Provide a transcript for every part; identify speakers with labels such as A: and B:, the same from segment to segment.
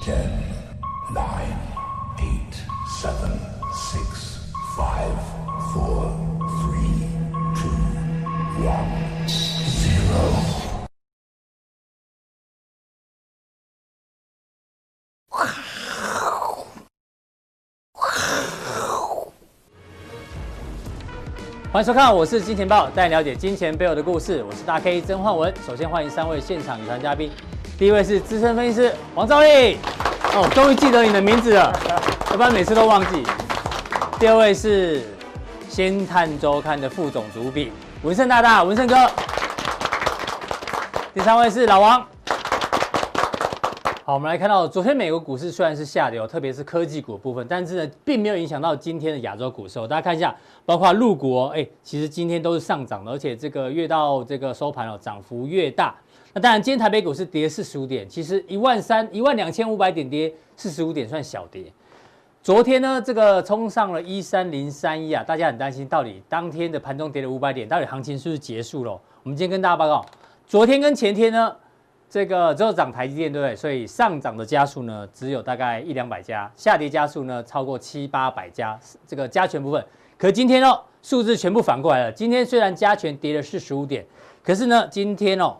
A: Ten, nine, eight, seven, six, five, four, three, two, one, zero.
B: 欢迎收看，我是金钱豹，带你了解金钱背后的故事。我是大 K 曾焕文。首先欢迎三位现场女团嘉宾，第一位是资深分析师王兆力，哦，终于记得你的名字了，要不然每次都忘记。第二位是《先探周刊》的副总主笔文胜大大，文胜哥。第三位是老王。好，我们来看到昨天美国股市虽然是下跌哦，特别是科技股的部分，但是呢，并没有影响到今天的亚洲股市、哦。大家看一下，包括陆股哦，哎，其实今天都是上涨的，而且这个越到这个收盘哦，涨幅越大。那当然，今天台北股市跌四十五点，其实一万三、一万两千五百点跌四十五点算小跌。昨天呢，这个冲上了一三零三一啊，大家很担心，到底当天的盘中跌了五百点，到底行情是不是结束了？我们今天跟大家报告，昨天跟前天呢，这个只有涨台积电，对不对？所以上涨的家数呢，只有大概一两百家，下跌家数呢超过七八百家，这个加权部分。可今天哦，数字全部反过来了。今天虽然加权跌了四十五点，可是呢，今天哦，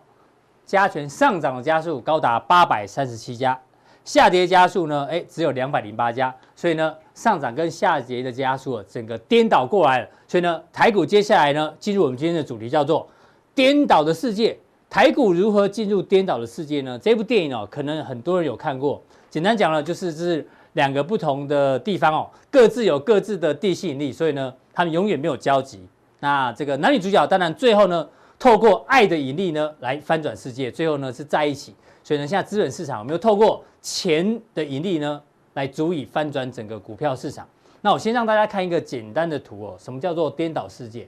B: 加权上涨的家数高达八百三十七家，下跌家数呢，哎，只有两百零八家，所以呢，上涨跟下跌的家数啊整个颠倒过来了。所以呢，台股接下来呢，进入我们今天的主题叫做“颠倒的世界”。台股如何进入颠倒的世界呢？这部电影哦，可能很多人有看过。简单讲呢，就是这是两个不同的地方哦，各自有各自的地吸引力，所以呢，他们永远没有交集。那这个男女主角当然最后呢，透过爱的引力呢，来翻转世界，最后呢是在一起。所以呢，现在资本市场有没有透过钱的引力呢，来足以翻转整个股票市场？那我先让大家看一个简单的图哦，什么叫做颠倒世界？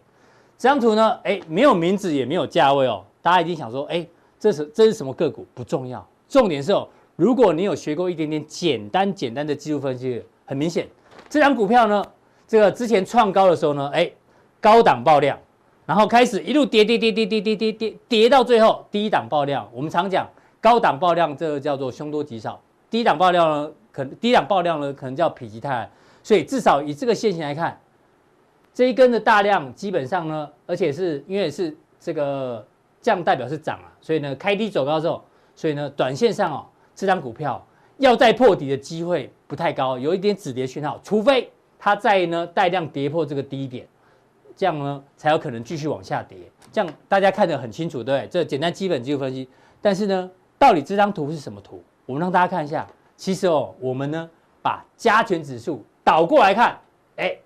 B: 这张图呢，哎，没有名字也没有价位哦，大家一定想说，哎，这是这是什么个股？不重要，重点是哦，如果你有学过一点点简单简单的技术分析，很明显，这张股票呢，这个之前创高的时候呢，哎，高档爆量，然后开始一路跌跌跌跌跌跌跌跌跌到最后低档爆量。我们常讲高档爆量，这个叫做凶多吉少；低档爆量呢，可能低档爆量呢，可能叫否极泰来。所以至少以这个现形来看，这一根的大量基本上呢，而且是因为是这个这样代表是涨啊，所以呢开低走高之后，所以呢短线上哦，这张股票要再破底的机会不太高，有一点止跌讯号，除非它再呢带量跌破这个低点，这样呢才有可能继续往下跌。这样大家看得很清楚，对不对？这简单基本技术分析。但是呢，到底这张图是什么图？我们让大家看一下。其实哦，我们呢把加权指数倒过来看，哎，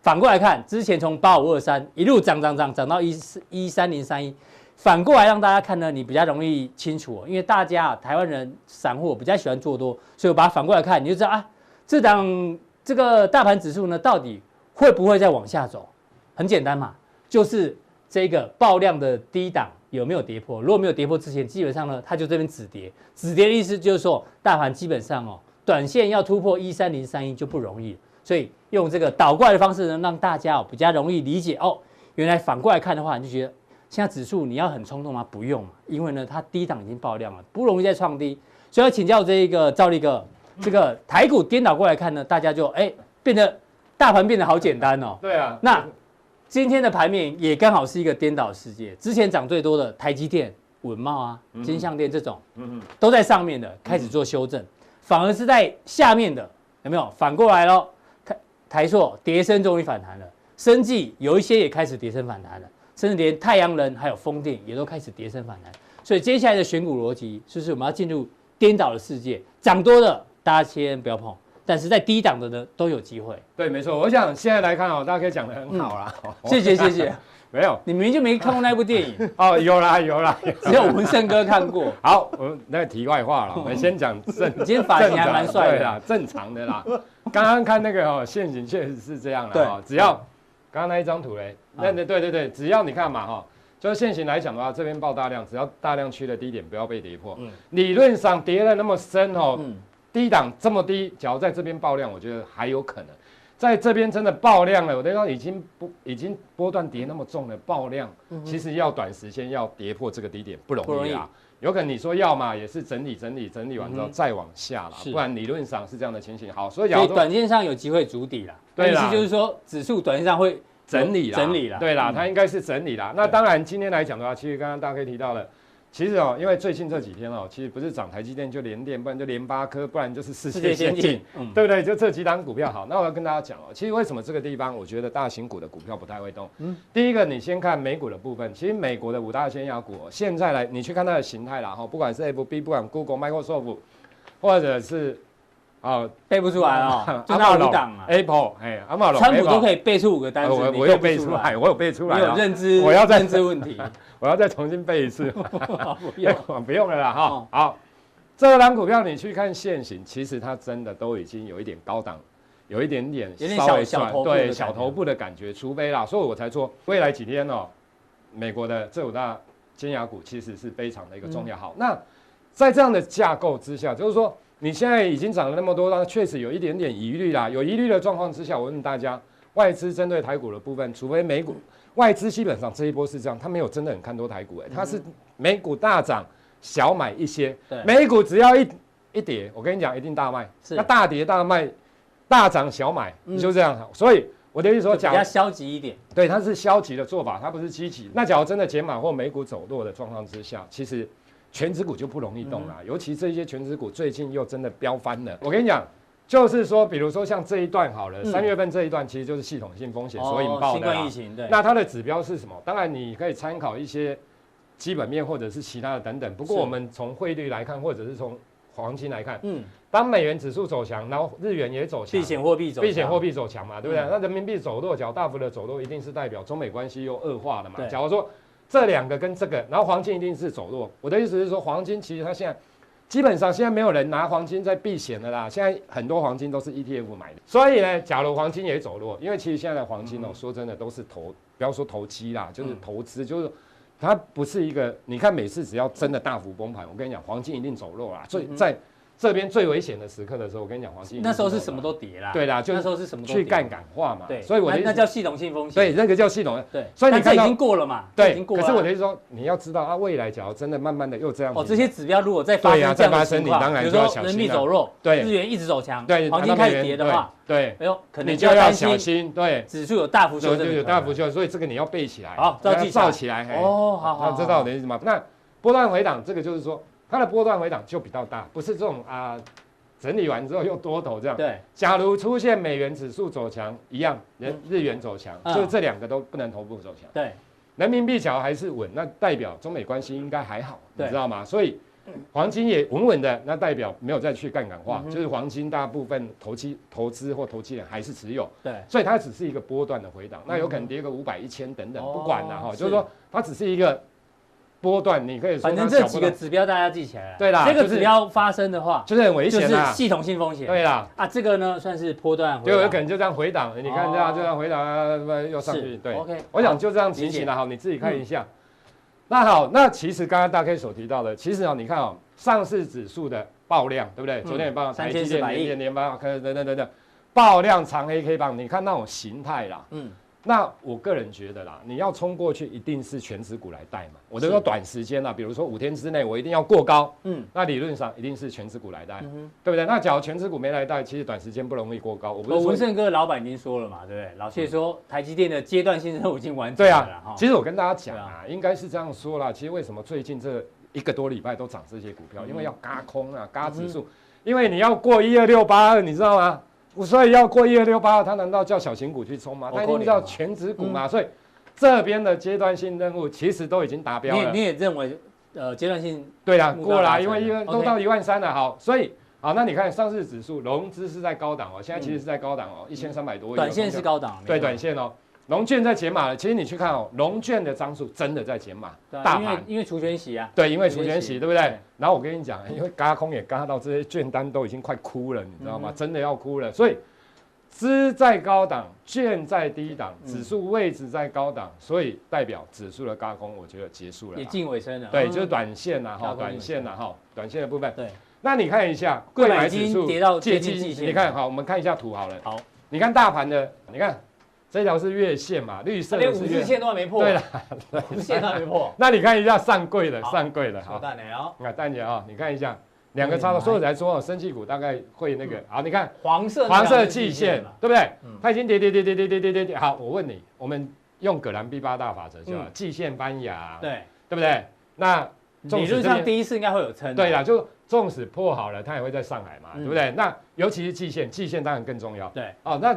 B: 反过来看，之前从八五二三一路涨涨涨涨到一四一三零三一，反过来让大家看呢，你比较容易清楚、哦，因为大家啊台湾人散户比较喜欢做多，所以我把它反过来看，你就知道啊，这档这个大盘指数呢，到底会不会再往下走？很简单嘛，就是这个爆量的低档有没有跌破？如果没有跌破之前，基本上呢，它就这边止跌。止跌的意思就是说，大盘基本上哦，短线要突破一三零三一就不容易了。所以用这个倒过来的方式呢，让大家哦比较容易理解哦。原来反过来看的话，你就觉得现在指数你要很冲动吗？不用嘛，因为呢，它低档已经爆量了，不容易再创低。所以要请教这一个赵力哥，这个台股颠倒过来看呢，大家就哎变得大盘变得好简单哦。
C: 对啊，
B: 那今天的盘面也刚好是一个颠倒世界，之前涨最多的台积电、文茂啊、金像电这种，
C: 嗯哼，
B: 都在上面的开始做修正，反而是在下面的有没有反过来咯？台台硕跌升终于反弹了，生技有一些也开始跌升反弹了，甚至连太阳能还有风电也都开始跌升反弹。所以接下来的选股逻辑就是我们要进入颠倒的世界，涨多的大家先不要碰，但是在低档的呢都有机会。
C: 对，没错。我想现在来看哦，大家可以讲的很好啦。
B: 谢谢谢
C: 哦
B: 谢，
C: 没有
B: 你明明就没看过那部电 影，
C: 哦，有啦有啦。有
B: 只有文胜哥看过。
C: 好，我们那个题外话了，我们先讲正。
B: 你今天发型还蛮帅
C: 对
B: 的，啊
C: 啦，正常的 啦。刚刚看那个哦，陷阱确实是这样了哦，只要刚刚那一张图嘞，
B: 啊
C: 那对对对对，只要你看嘛哈。就是现行来讲的话，这边爆大量，只要大量区的低点不要被跌破。
B: 嗯
C: 理论上跌了那么深哦，
B: 嗯，
C: 低档这么低，假如在这边爆量，我觉得还有可能。在这边真的爆量了，我刚刚已经不已经
B: 嗯
C: 波段跌那么重了，爆量、其实要短时间要跌破这个低点不容易啊，有可能你说要嘛，也是整理整理整理完之后
B: 嗯哼
C: 再往下啦，
B: 是
C: 不然理论上是这样的情形。好，所以
B: 所
C: 假
B: 以
C: 如说
B: 短线上有机会筑底啦。
C: 啊对
B: 意
C: 啦
B: 思就是说指数短线上会
C: 整理啦，
B: 整理啦。
C: 对啦，
B: 嗯
C: 它应该是整理啦。那当然，今天来讲的话，其实刚刚大家可以提到了。其实哦，因为最近这几天哦，其实不是涨台积电就联电，不然就联发科，不然就是世
B: 世
C: 界
B: 界先
C: 先进
B: 进，，嗯，
C: 对不对？就这几档股票好，那我要跟大家讲哦，其实为什么这个地方我觉得大型股的股票不太会动？
B: 嗯
C: 嗯，第一个你先看美股的部分，其实美国的五大先压股、哦、现在来你去看它的形态啦哈、不管是 FB，不管 Google、Microsoft，或者是哦，
B: 背不出来哦，就那
C: 阿
B: 五档啊，
C: Apple，哎，阿玛龙，
B: 川普都
C: Apple
B: 可以背出五个单词，
C: 呃我
B: 你
C: 我有
B: 背
C: 背
B: 不
C: 出来，，我有背出
B: 你
C: 来
B: 有
C: 啊，
B: 认知，
C: 我要再
B: 认知问 题，
C: 我要再重新背一次。
B: 不用
C: 不用了啦哈。
B: 哦
C: 好，这档股票你去看现行，其实它真的都已经有一点高档，有一点点
B: 有点
C: 稍微
B: 小
C: 转
B: 小头部的感
C: 对
B: 觉
C: 小头部的感觉，除非啦，所以我才说未来几天哦，美国的这五大尖牙股其实是非常的一个重
B: 嗯
C: 要。好，那在这样的架构之下，就是说你现在已经涨了那么多，那确实有一点点疑虑啦。有疑虑的状况之下，我问大家，外资针对台股的部分，除非美股外资基本上这一波是这样，它没有真的很看多台股、欸，
B: 嗯
C: 它是美股大涨，小买一些
B: 对，
C: 美股只要一一跌，我跟你讲一定大卖，
B: 是
C: 那大跌大卖，大涨小买，
B: 嗯
C: 你就这样。所以我的意思说，
B: 比
C: 假
B: 较
C: 如
B: 消极一点，
C: 对，它是消极的做法，它不是积极。那假如真的解码或美股走弱的状况之下，其实全指股就不容易动
B: 嗯
C: 啦。尤其这些全指股最近又真的飙翻了。我跟你讲，就是说，比如说像这一段好了，
B: 嗯
C: 三、月份这一段其实就是系统性风险所引
B: 哦
C: 爆
B: 新
C: 的啦。
B: 冠疫情对，
C: 那它的指标是什么？当然你可以参考一些基本面或者是其他的等等。不过
B: 是
C: 我们从汇率来看，或者是从黄金来看，
B: 嗯，
C: 当美元指数走强，然后日元也走强
B: 避，险货币走，
C: 避险货，币走强嘛，对不对？
B: 嗯
C: 那人民币走弱，较大幅的走弱，一定是代表中美关系又恶化了嘛
B: 对。
C: 假如说这两个跟这个，然后黄金一定是走弱。我的意思是说，黄金其实它现在基本上现在没有人拿黄金在避险的啦，现在很多黄金都是 ETF 买的。所以呢，假如黄金也走弱，因为其实现在的黄金哦，说真的都是投，不要说投机啦，就是
B: 嗯
C: 投资，就是。它不是一个，你看每次只要真的大幅崩盘，我跟你讲，黄金一定走弱啦。最
B: 嗯哼
C: 在这边最危险的时刻的时候，我跟你讲，黄金一定
B: 那时候是
C: 走
B: 什
C: 弱
B: 么
C: 啦
B: 都跌啦，
C: 对啦就是
B: 那时候是什么都跌
C: 去杠，杆化嘛。
B: 对，
C: 所以我的
B: 那
C: 意
B: 那
C: 思，
B: 叫系统性风险，
C: 对，那个叫系统。
B: 对，
C: 所以
B: 但
C: 你看
B: 这已
C: 到
B: 经过了嘛，这已
C: 对，
B: 经过
C: 可
B: 了啊，
C: 是我的意思说，你要知道啊，未来假如真的慢慢的又这样子，
B: 哦，这些指标如果再发
C: 对啊
B: 生这样
C: 再
B: 的
C: 发生
B: 情况，
C: 你当然
B: 比如
C: 就要
B: 说
C: 小
B: 人
C: 心啊
B: 民走弱，
C: 对
B: 日元一直走强，
C: 对，
B: 日黄
C: 它
B: 金
C: 那
B: 开
C: 边
B: 始跌的话，
C: 对，
B: 哎呦，可
C: 你
B: 能
C: 就
B: 要
C: 要
B: 担
C: 小
B: 心
C: 心，对，
B: 指数有大幅
C: 就
B: 修
C: 就
B: 正，
C: 有大幅。修，所以这个你要背起来，
B: 好照
C: 要
B: 记起来
C: 造起来，嘿
B: 哦，好好，
C: 那知道我的意思吗？那波段回档这个就是说，它的波段回档就比较大，不是这种啊。整理完之后又多头这样
B: 好，对，
C: 假如出现美元指数走强，一样，日日元走强，
B: 嗯
C: 就是这两个都不能同步走强。
B: 对，
C: 人民币假如还是稳，那代表中美关系应该还好，你
B: 对
C: 知道吗？所以黄金也稳稳的，那代表没有再去杠杆
B: 嗯
C: 化，就是黄金大部分投机投资或投机人还是持有，
B: 对，
C: 所以它只是一个波段的回档，那有可能跌个五百、一千等
B: 嗯
C: 等，
B: 哦
C: 不管了哈，
B: 是
C: 就是说它只是一个波段，你可以说
B: 反
C: 它
B: 正这
C: 小
B: 几
C: 波
B: 个
C: 段，
B: 指标大家记起来了。
C: 对啦
B: 这个
C: 就是
B: 指标发生的话，
C: 就是很危
B: 就
C: 险
B: 是
C: 啦，
B: 系统性风险。
C: 对啦。
B: 啊，这个呢算是波段回
C: 就有
B: 档，
C: 可能就这样回档，你看这
B: 哦
C: 样就这样回档，啊又上去
B: 是。
C: 对
B: OK，
C: 我想就这样情形了，好，你自己
B: 嗯
C: 看一下。那好，那其实刚刚大 K 所提到的，其实哦，你看哦，上市指数的爆量，对
B: 嗯
C: 不对？昨天也爆量，台积电、
B: 3400亿
C: 联电、联发科等等等等，爆量长黑 K 棒，你看那种形态啦。
B: 嗯，
C: 那我个人觉得啦，你要冲过去，一定是全指股来带嘛。我都说
B: 是
C: 短时间啦，比如说五天之内，我一定要过高，
B: 嗯
C: 那理论上一定是全指股来带，
B: 嗯哼。
C: 对不对？那假如全指股没来带，其实短时间不容易过高。我不
B: 哦我
C: 是说嗯
B: 文胜哥老板已经说了嘛，对不对？老谢说台积电的阶段性任务已经完成
C: 对
B: 了啦
C: 啊
B: 哈。，
C: 其实我跟大家讲
B: 对
C: 啊，应该是这样说啦。其实为什么最近这一个多礼拜都涨这些股票？
B: 嗯
C: 因为要嘎空啊，嘎指数，因为你要过一二六八二，你知道吗？所以要过一二六八二，它难道叫小型股去冲吗？
B: 哦
C: 它一定叫全指股
B: 嗯
C: 嘛。所以这边的阶段性任务其实都已经达标
B: 你也
C: 了
B: 你。也认为，呃，阶段性
C: 对啦，
B: 目标
C: 过
B: 达
C: 啦，
B: 成
C: 因为一
B: 了
C: 个都
B: OK
C: 到一万三了，好，所以。好，那你看上市指数融资是在高档哦，现在其实是在高档哦，一千三百多亿哦。
B: 嗯短线
C: 融资
B: 是高档，
C: 对
B: 没错
C: 短线哦，龙券在解码了。其实你去看哦，龙券的张数真的在解码，
B: 对啊
C: 大
B: 因为
C: 盘
B: 因为除权息啊，
C: 对，因为
B: 除
C: 除
B: 权
C: 权
B: 息
C: 息，对不对
B: 对？
C: 然后我跟你讲，因为嘎空也嘎到这些券单都已经快哭了，你知道吗？
B: 嗯哼
C: 真的要哭了。所以资在高档，券在低档，
B: 嗯
C: 指数位置在高档，所以代表指数的嘎空，我觉得结束了
B: 也
C: 啦。
B: 近尾声了。
C: 对，
B: 嗯
C: 就是短线呐，
B: 嘎
C: 哈，
B: 空
C: 短线呐，哈，短线的部分。
B: 对，
C: 那你看一下，
B: 贵
C: 贵
B: 买
C: 买
B: 已经
C: 指数
B: 跌到接
C: 借
B: 近季线
C: 你看好，我们看一下图好了。
B: 好，
C: 你看大盘的，你看这条是月线嘛，绿色
B: 连
C: 的
B: 啊五
C: 是
B: 日
C: 月。
B: 线都还没破，
C: 对了，，
B: 五日线都还没破
C: 那你看一下上柜的，
B: 好
C: 上柜的，
B: 扯
C: 好，
B: 淡了。
C: 那蛋姐啊，你看一下两个差
B: 来
C: 不多，所以我才说哦，生技股大概会那个，好，你看
B: 黄色那
C: 黄色
B: 嗯条是
C: 季
B: 季
C: 线
B: 嘛，
C: 对不对
B: 嗯？
C: 它已经跌跌跌跌跌跌跌跌跌，好，我问你，我们用葛兰 B 八大法则就好，
B: 嗯
C: 季线搬牙，
B: 对，
C: 对不对？那纵
B: 理
C: 使
B: 论
C: 这
B: 上
C: 边
B: 第一次应该会有撑的。
C: 对啦，就纵使破好了，它也会在上海嘛，
B: 嗯
C: 对不对？那尤其是季线，季线当然更重要。
B: 对，
C: 哦，那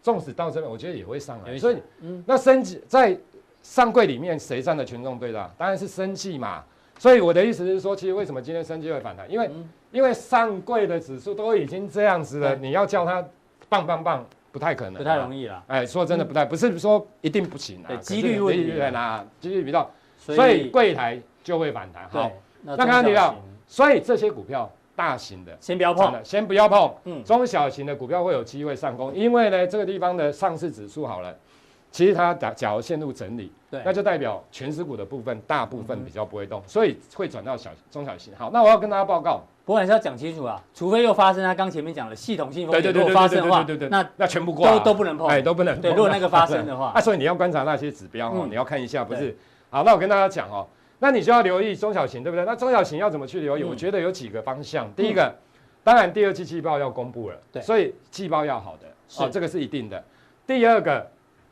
C: 纵使到这边，我觉得也会上来，
B: 有
C: 所以
B: 嗯，
C: 那升级在上柜里面谁占的权重最大？当然是升绩嘛。所以我的意思是说，其实为什么今天升绩会反弹？因为、
B: 嗯
C: 因为上柜的指数都已经这样子了，你要叫它棒棒棒，不太可能、
B: 不太容
C: 易。
B: 易啦。嗯
C: 哎，说真的不太，不是说一定不行啊，
B: 对
C: 可是
B: 几率问题啊
C: 几率在哪？几率比较，所
B: 所
C: 以
B: 以
C: 柜台就会反弹。好
B: 对，，那
C: 那刚刚
B: 中
C: 提
B: 小
C: 到
B: 型，
C: 所以这些股票大型的
B: 先不要
C: 真
B: 碰。
C: 的先不要碰。
B: 嗯
C: 中小型的股票会有机会上攻，因为呢，这个地方的上市指数好了，其实它假假如陷入整理，
B: 对嗯
C: 那就代表全指股的部分大部分比较不会动，所以会转到小中小型。好，那我要跟大家报告，
B: 不过还是要讲清楚啊，除非又发生他刚前面讲的系统性风
C: 对
B: 险，
C: 对
B: 如果
C: 对对
B: 发
C: 对
B: 生
C: 对
B: 的话
C: 对对，对，
B: 那
C: 那全部挂啊
B: 都都不能碰。
C: 哎都不能碰。
B: 对，如果那个发生的
C: 啊，
B: 话，
C: 所以你要观察那些指标哦，
B: 嗯
C: 你要看一下，不
B: 对
C: 是？好，那我跟大家讲哦，那你就要留意中小型，对不对？那中小型要怎么去留意？
B: 嗯
C: 我觉得有几个方向，第一个，当然第二季季报要公布了，
B: 对
C: 所以季报要好的，
B: 是
C: 哦，这个是一定的。第二个，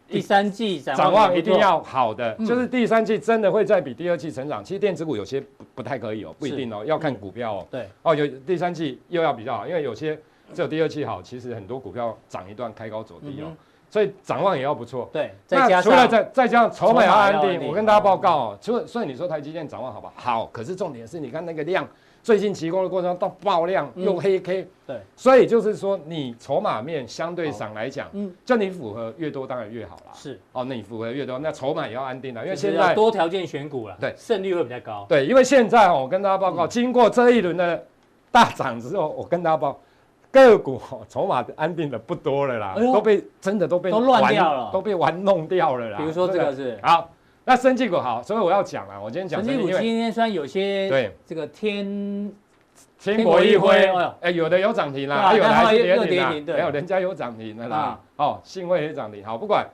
B: 第三季展
C: 展
B: 望
C: 望
B: 也
C: 一
B: 不
C: 定
B: 错，
C: 要好的，
B: 嗯
C: 就是第三季真的会再比第二季成长。其实电子股有些不不太可以哦，不一定哦，要看股票哦。
B: 对，
C: 哦，有第三季又要比较好，因为有些只有第二季好，其实很多股票涨一段开高走低哦，
B: 嗯
C: 所以展望也要不错
B: 哼。对，再
C: 那
B: 加
C: 除了
B: 上
C: 再再加上筹码要安
B: 筹码要安
C: 定，
B: 定嗯
C: 我跟大家报告哦，除了所以你说台积电展望好不好？好，可是重点是你看那个量，最近提供的过程中到爆量
B: 嗯
C: 又黑 K，
B: 对，
C: 所以就是说你筹码面相对上来讲，
B: 嗯
C: 就你符合越多当然越好啦。
B: 是，
C: 哦，那你符合越多，那筹码也要安定了，因为
B: 就是
C: 现
B: 要
C: 在
B: 多条件选股了，
C: 对
B: 胜率会比较高。
C: 对，因为现在哦，我跟大家报
B: 嗯
C: 告，经过这一轮的大涨之后，我跟大家报个股哦，筹码安定的不多了啦，
B: 哎呦
C: 都被真的都被
B: 都乱
C: 玩
B: 掉了
C: 都被玩弄掉了啦。
B: 比如说这
C: 真的
B: 个是
C: 好，那生技股好，所以我要讲啊，我今天讲
B: 陈金
C: 生
B: 武
C: 技因为
B: 今天虽然有些
C: 对，
B: 这个天
C: 天国一
B: 天国一辉哎
C: 辉
B: 呦，
C: 哎，有的有涨停
B: 对啊
C: 啦，有的还是
B: 但后来又
C: 跌
B: 又跌停
C: 停啦，
B: 对
C: 没有人家有涨停的啦
B: 啊，
C: 哦，信惠也涨停，好，不管。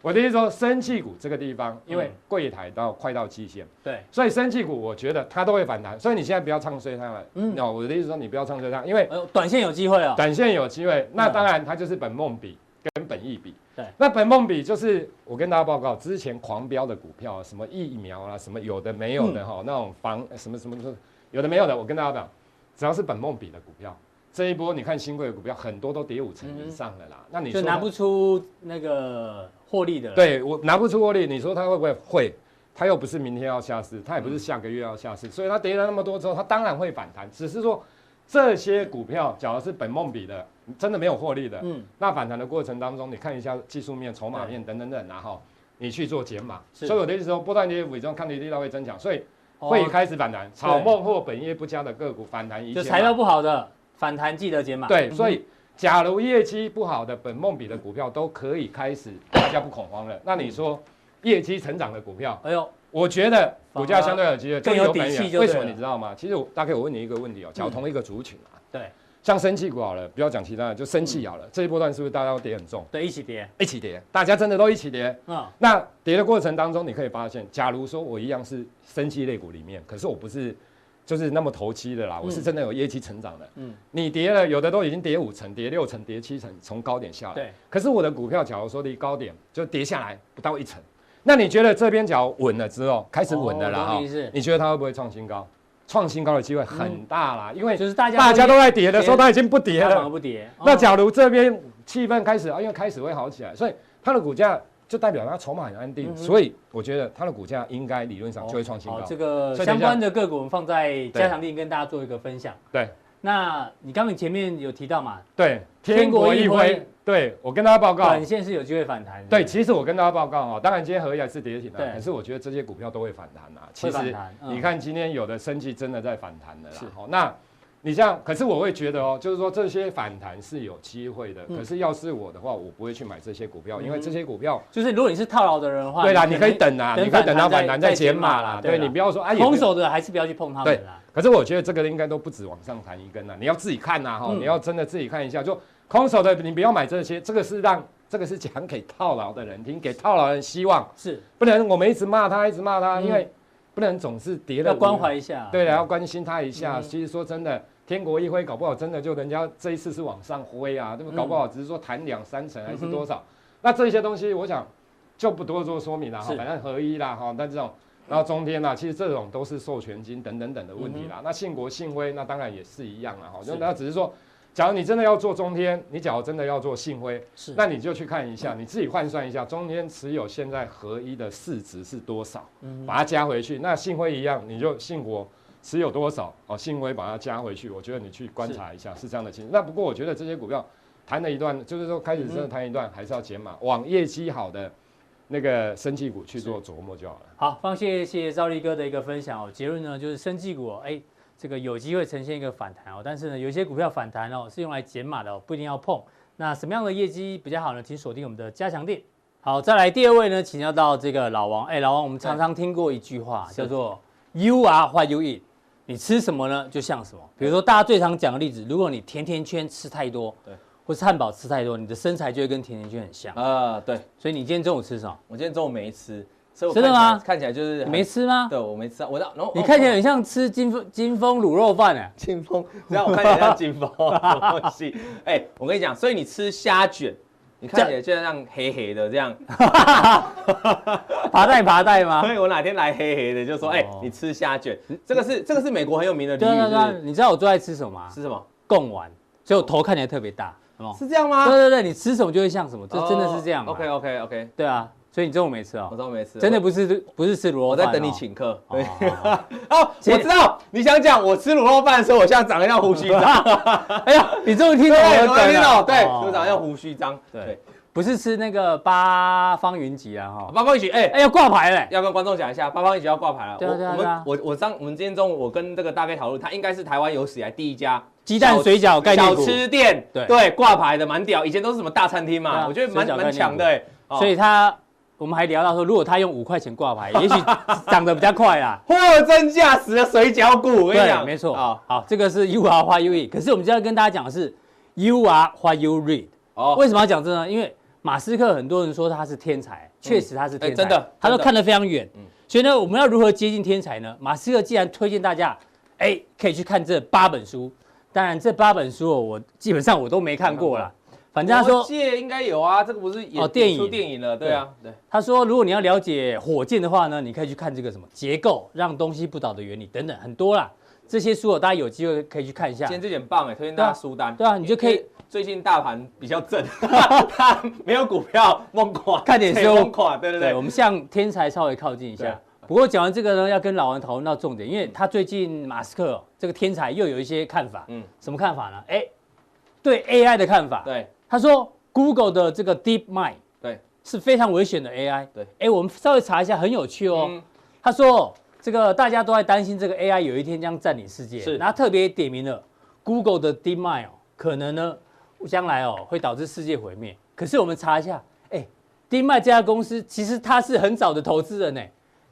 C: 我的意思说，生技股这个地方，因为
B: 嗯
C: 柜台到快到极限，
B: 对
C: 所以生技股我觉得它都会反弹，所以你现在不要唱衰它了。
B: 嗯
C: 嗯，哦，我的意思说你不要唱衰它，因为
B: 哎呦，短线有机会啊，
C: 短线有机会，那
B: 嗯
C: 当然它就是本梦比跟本益比。
B: 对
C: 那本梦比就是我跟大家报告，之前狂飙的股票啊，什么疫苗啊，什么有的
B: 嗯
C: 没有的哈、那种防什么什么什么有的没有的，我跟大家讲，只要是本梦比的股票，这一波你看新贵的股票很多都跌五成以上了啦，那你
B: 就
C: 说
B: 拿
C: 它
B: 不出那个获利的了。
C: 对我拿不出获利，你说它会不会会？它又不是明天要下市，它也不是下个月要下市，所以它跌了那么多之后，它当然会反弹。只是说这些股票，假如是本梦比的，真的没有获利的，
B: 嗯，
C: 那反弹的过程当中，你看一下技术面、筹码面等等等，然后你去做减码。
B: 是
C: 所以我的意思说，波段跌幅中抗跌力道会增强，所以
B: 哦
C: 会开始反弹。炒梦或本业不佳的个股反弹一
B: 就
C: 些。
B: 材料不好的反弹记得解码。嗯
C: 对，所以假如业绩不好的本梦比的股票都可以开始，大家不恐慌了。那你说业绩成长的股票，
B: 哎呦，
C: 我觉得股价
B: 反而
C: 相对有机会，
B: 更
C: 就是
B: 有底
C: 本
B: 气
C: 源
B: 就
C: 为
B: 对
C: 什么
B: 了嗯
C: 你知道吗？其实我大概我问你一个问题哦，假如同一个族群啊，
B: 对
C: 像生气股好了，不要讲其他的，就生气好了，这一波段是不是大家都跌很重？
B: 对，嗯一起跌。
C: 一起跌，大家真的都一起跌。
B: 嗯，
C: 那跌的过程当中，你可以发现，假如说我一样是生技类股里面，可是我不是就是那么投机的啦，我是真的有业绩成长的。
B: 嗯
C: 嗯，你跌了，有的都已经跌五成、跌六成、跌七成，从高点下来。
B: 对，
C: 可是我的股票，假如说离高点就跌下来不到一成，那你觉得这边假如稳了之后，开始稳了啦
B: 哦
C: 哈、
B: 懂你意思嗯
C: 你觉得它会不会创新高？创新高的机会很大啦，因为
B: 就是大家
C: 大家都在跌的时候，它已经不跌
B: 它反
C: 了
B: 而。不跌。哦
C: 那假如这边气氛开始啊，因为开始会好起来，所以它的股价就代表它筹码很安定，
B: 嗯哼哦
C: 所以我觉得它的股价应该理论上就会创新高。
B: 好，这个
C: 所以等
B: 相
C: 一下
B: 关的个股我们放在加强力跟大家做一个分享。
C: 对
B: 那你刚刚前面有提到嘛，
C: 对，
B: 天
C: 天
B: 国
C: 国
B: 一
C: 一
B: 辉
C: 辉，对我跟大家报告，
B: 短线是有机会反弹。
C: 对，其实我跟大家报告哦，当然今天合一还是跌停
B: 对
C: 啊，可是我觉得这些股票都会反弹啊。其
B: 会反
C: 实
B: 弹嗯
C: 你看今天有的生计真的在反弹的啦
B: 是。
C: 好，那你像，可是我会觉得哦，就是说这些反弹是有机会
B: 嗯
C: 的，可是要是我的话，我不会去买这些股票，因为这些股票。
B: 就是如果你是套牢的人的话，
C: 对啦，
B: 你
C: 你可以等啊，你可以等它反弹再减码啦。对
B: 啦
C: 你不要说啊，也不
B: 空手的还是不要去碰他
C: 对
B: 们啦。，
C: 可是我觉得这个应该都不止往上啊弹一根了，你要自己看呐哈，
B: 嗯
C: 你要真的自己看一下，就空手的你不要买这些，这个是让这个是讲给套牢的人听，给套牢人希望，
B: 是
C: 不能我们一直骂他，一直骂他，
B: 嗯
C: 因为不能总是跌了
B: 要
C: 五
B: 关怀一下。
C: 对了，要关心他一下。
B: 啊嗯
C: 其实说真的，天国一挥，搞不好真的就人家这一次是往上挥啊，对
B: 嗯
C: 不对？搞不好只是说弹两三成还是
B: 嗯哼
C: 多少。那这些东西，我想就不多做说明了哈
B: 是，
C: 反正合一啦哈。那这种，然后中天啊啦，其实这种都是授权金等等等的问题啦。那信国信辉，那当然也是一样啦哈。
B: 嗯是
C: 就那只是说，假如你真的要做中天，你假如真的要做信辉，
B: 是
C: 那你就去看一下，你自己换算一下，中天持有现在合一的市值是多少，
B: 嗯
C: 把它加回去。那信辉一样，你就信国持有多少哦，信辉把它加回去。我觉得你去观察一下是这样的情形。那不过我觉得这些股票谈了一段，就是说开始真的谈一段，还是要减码，往业绩好的那个生技股去做琢磨就好了。
B: 好，方谢谢谢赵力哥的一个分享哦。结论呢，就是生技股哦，哎，这个有机会呈现一个反弹哦，但是呢，有一些股票反弹哦是用来减码的哦，不一定要碰。那什么样的业绩比较好呢？请锁定我们的加强店。好，再来第二位呢，请教到这个老王。哎，老王，我们常常听过一句话，叫做 “You are what you eat”，你吃什么呢，就像什么。比如说，大家最常讲的例子，如果你甜甜圈吃太多，
D: 对，
B: 或是汉堡吃太多，你的身材就会跟甜甜圈很像。
D: 啊，对
B: 所以你今天中午吃什么？
D: 我今天中午没吃，所以我
B: 真的
D: 看起来
B: 吗
D: 看起来就是
B: 你没
D: 吃，
B: 吃吗？
D: 对我没吃啊，我那然后
B: 你看起来很像吃金 峰金峰卤肉饭哎、
D: 金风，这样我看起来像金 风什么东西？哎，我跟你讲，所以你吃虾卷，你看起来就像黑黑的这样，
B: 爬带爬带吗？ 啊
D: 所以我哪天来黑黑的就说，哎
B: 哦，
D: 你吃虾卷，这个是这个是美国很有名的俚
B: 对啊对啊对啊
D: 语，，
B: 你知道我最爱吃什么吗
D: 是？是什么？
B: 贡丸，所以我头看起来特别大，有没有
D: 是这样吗？哦
B: 对对对，你吃什么就会像什么，这真的是这样、
D: OK
B: OK，
D: OK OK，
B: 对啊，所以你中午没吃
D: 我
B: 哦，
D: 都没吃，
B: 真的
D: 我。
B: 不是不是吃卤肉
D: 我
B: 饭、
D: 在
B: 哦，
D: 等你请客。
B: 哦。
D: 对，
B: 好好好
D: 哦，我知道你想讲我吃卤肉饭的时候，我像长得像胡须章，
B: 哎呀，你终于听
D: 对，
B: 懂我
D: 我
B: 的
D: 听
B: 梗
D: 懂，
B: 了，
D: 对，
B: 哦
D: 就长得像胡须章。
B: 对
D: 对，
B: 不是吃那个八方云集啊哈，
D: 八方一起，哎，
B: 哎要挂牌嘞，
D: 要跟观众讲一下，八方一起要挂牌了。
B: 对啊
D: 我
B: 对啊
D: 我
B: 对啊
D: 们我我上我们今天中午我跟这个大概讨论，他应该是台湾有史以来第一家
B: 鸡蛋
D: 小
B: 水饺概念
D: 小
B: 股，
D: 吃店，
B: 对
D: 对，挂牌的蛮屌，以前都是什么大餐厅
B: 对啊
D: 嘛，我觉得蛮
B: 水饺概念
D: 蛮强
B: 股
D: 的哎。哦
B: 所以他我们还聊到说，如果他用五块钱挂牌， 也许涨得比较快啦。
D: 货真价实的水饺股，我跟你
B: 对，
D: 讲，
B: 没错。
D: 哦
B: 好，这个是 you are what you E eat。可是我们今天要跟大家讲的是 you are what you read。
D: 哦，
B: 为什么要讲这呢？因为马斯克很多人说他是天才，确实他是天才，
D: 哎真的
B: 他都
D: 真的嗯
B: 看得非常远。所以呢，我们要如何接近天才呢？马斯克既然推荐大家，哎，可以去看这八本书。当然，这八本书哦我基本上我都没看过啦。
D: 嗯
B: 反正他说
D: 魔界应该有啊，这个不是演
B: 哦电
D: 演出
B: 影
D: 电影了，对啊，对。
B: 他说，如果你要了解火箭的话呢，你可以去看这个什么结构，让东西不倒的原理等等，很多啦。这些书哦大家有机会可以去看一下
D: 今。天这点棒哎，推荐大
B: 对啊
D: 家书单。
B: 对啊你就可以
D: 因为最近大盘比较正， 它没有股票崩垮，
B: 看点
D: 对
B: 书
D: 崩垮，对对
B: 对，我
D: 对。
B: 们向天才稍微靠近一
D: 对
B: 下。不过讲完这个呢，要跟老王讨论到重点，因为他最近马斯克哦、这个天才又有一些看法。嗯
D: 嗯，
B: 什么看法呢？哎，对 AI 的看法。，
D: 对
B: 他说 Google 的这个 Deep Mind
D: 对，
B: 是非常危险的 AI。
D: 对，
B: 哎，我们稍微查一下，很有趣哦。
D: 嗯
B: 他说这个大家都在担心这个 AI 有一天将占领世界，
D: 是
B: 然后特别点名了 Google 的 DeepMind 哦，可能呢将来哦会导致世界毁灭。可是我们查一下，哎，DeepMind 这家公司其实它是很早的投资人呢，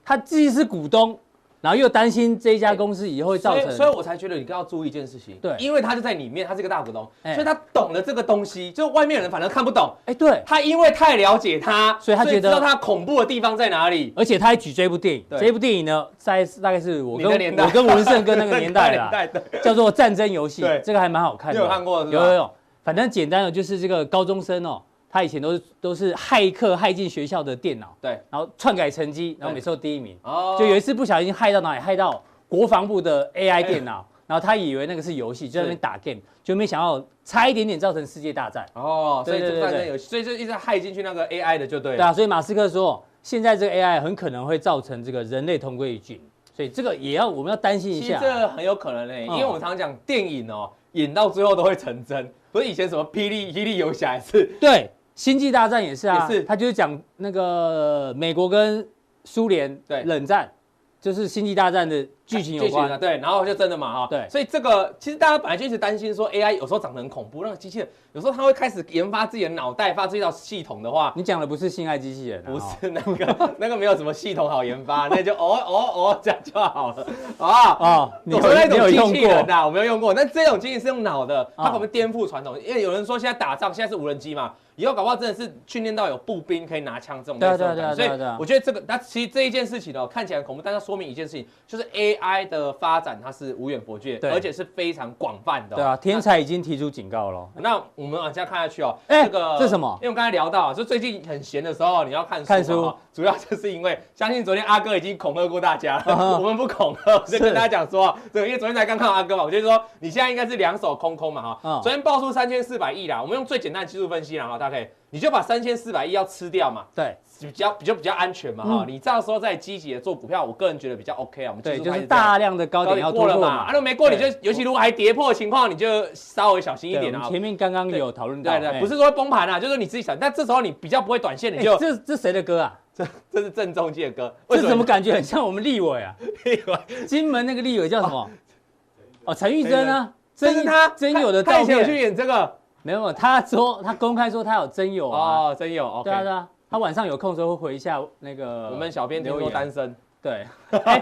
B: 他既是股东，然后又担心这一家公司以后会造
D: 所以，
B: 成，
D: 所以我才觉得你更要注意一件事情，
B: 对
D: 因为他就在里面，他是个大股东，
B: 哎
D: 所以他懂了这个东西，就外面人反而看不懂。
B: 哎对，
D: 他因为太了解他，
B: 所以他觉得
D: 知道他恐怖的地方在哪里。
B: 而且他还举这一部电影，
D: 对
B: 这一部电影呢在大概是我
D: 你
B: 跟
D: 的年代
B: 我跟文胜跟那个年代啦
D: 年，代 对
B: 叫做《战争游戏
D: 对》，
B: 这个还蛮好看的。
D: 你有看过是吧
B: 有有有，反正简单的就是这个高中生哦，他以前都是都是骇客骇进学校的电脑，
D: 对
B: 然后篡改成绩，然后每次都第一名。
D: 哦
B: 就有一次不小心害到哪里，害到国防部的 AI 电脑，
D: 哎
B: 然后他以为那个是游戏，就在那边打 game，就没想到差一点点造成世界大战。
D: 哦，所以
B: 对对
D: 就
B: 对
D: 战争
B: 对
D: 游戏，所以就一直害进去那个 AI 的就对
B: 对
D: 了。
B: 啊，所以马斯克说，现在这个 AI 很可能会造成这个人类同归于尽，所以这个也要我们要担心一
D: 其实
B: 下。
D: 这很有可能呢、欸
B: 嗯
D: 因为我们常讲电影哦、演到最后都会成真，不是以前什么霹雳霹雳游侠也是，
B: 对，《星际大战》也是啊，
D: 也是
B: 他就是讲那个美国跟苏联
D: 对
B: 冷战，就是《星际大战》的剧情有
D: 啊，
B: 关。
D: 对，然后就真的嘛哈，
B: 对
D: 所以这个其实大家本来就一直担心说 AI 有时候长得很恐怖，那个机器人有时候它会开始研发自己的脑袋，发自一套系统的话。
B: 你讲的不是性爱机器人啊，
D: 不
B: 哦
D: 是那个，那个没有什么系统好研发，那就哦哦哦这样就好了 啊。
B: 哦，你
D: 我
B: 有
D: 说那
B: 你有
D: 种机
B: 用
D: 器
B: 过
D: 人？啊呐、我没有用过。那这种机器是用脑的，它
B: 啊
D: 可能颠覆传统。因为有人说现在打仗现在是无人机嘛，以后搞不好真的是训练到有步兵可以拿枪这种
B: 对啊
D: 类似的
B: 对啊
D: 感觉
B: 对啊
D: 所
B: 对
D: 以
B: 啊
D: 我觉得这个，那其实这一件事情呢、看起来很恐怖，但它说明一件事情，就是 AI 的发展它是无远佛界，
B: 对
D: 而且是非常广泛的哦、
B: 对啊，天才已经提出警告了。
D: 那我们往下看下去哦，
B: 哎
D: 这个
B: 这是什么
D: 因为我们刚才聊到啊，就最近很闲的时候，你要看书嘛
B: 看书
D: 哦，主要就是因为相信昨天阿哥已经恐吓过大家
B: 啊哈
D: 了，我们不恐吓，
B: 是
D: 就跟大家讲说，对，因为昨天才刚看到阿哥嘛，我就说你现在应该是两手空空嘛哈
B: 嗯，
D: 昨天爆出三千四百亿啦，我们用最简单的技术分析啦哈，大概你就把三千四百亿要吃掉嘛。
B: 对
D: 比较比较比较安全嘛哈、你到时候再积极的做股票，我个人觉得比较 OK 啊。我们
B: 嗯
D: 技
B: 对，
D: 术
B: 就
D: 派
B: 是
D: 这样
B: 大量的高
D: 高
B: 点
D: 点
B: 要突
D: 过了
B: 破
D: 嘛，
B: 嘛
D: 啊，。那没过你就
B: 对
D: 尤其如果还跌破的情况，你就稍微小心一
B: 对，
D: 点
B: 我
D: 啊
B: 们。前面刚刚有讨论到，
D: 对对，
B: 哎
D: 不是说崩盘啊，就是你自己想。但这时候你比较不会短线，你
B: 哎
D: 就
B: 这这谁的歌啊？
D: 这是正中介哥，为
B: 这
D: 什
B: 怎么
D: 么？
B: 感觉很像我们立委啊？金门那个立委叫什么？哦，陈玉珍啊，
D: 这是他
B: 真有的
D: 他
B: 照
D: 以前有去
B: 片，
D: 演这个
B: 没有，他说他公开说他有真有啊，
D: 哦，真有 OK
B: 对。啊对啊，他晚上有空的时候会回一下那个
D: 我们小编听
B: 留
D: 说
B: 言
D: 单身，
B: 对，哎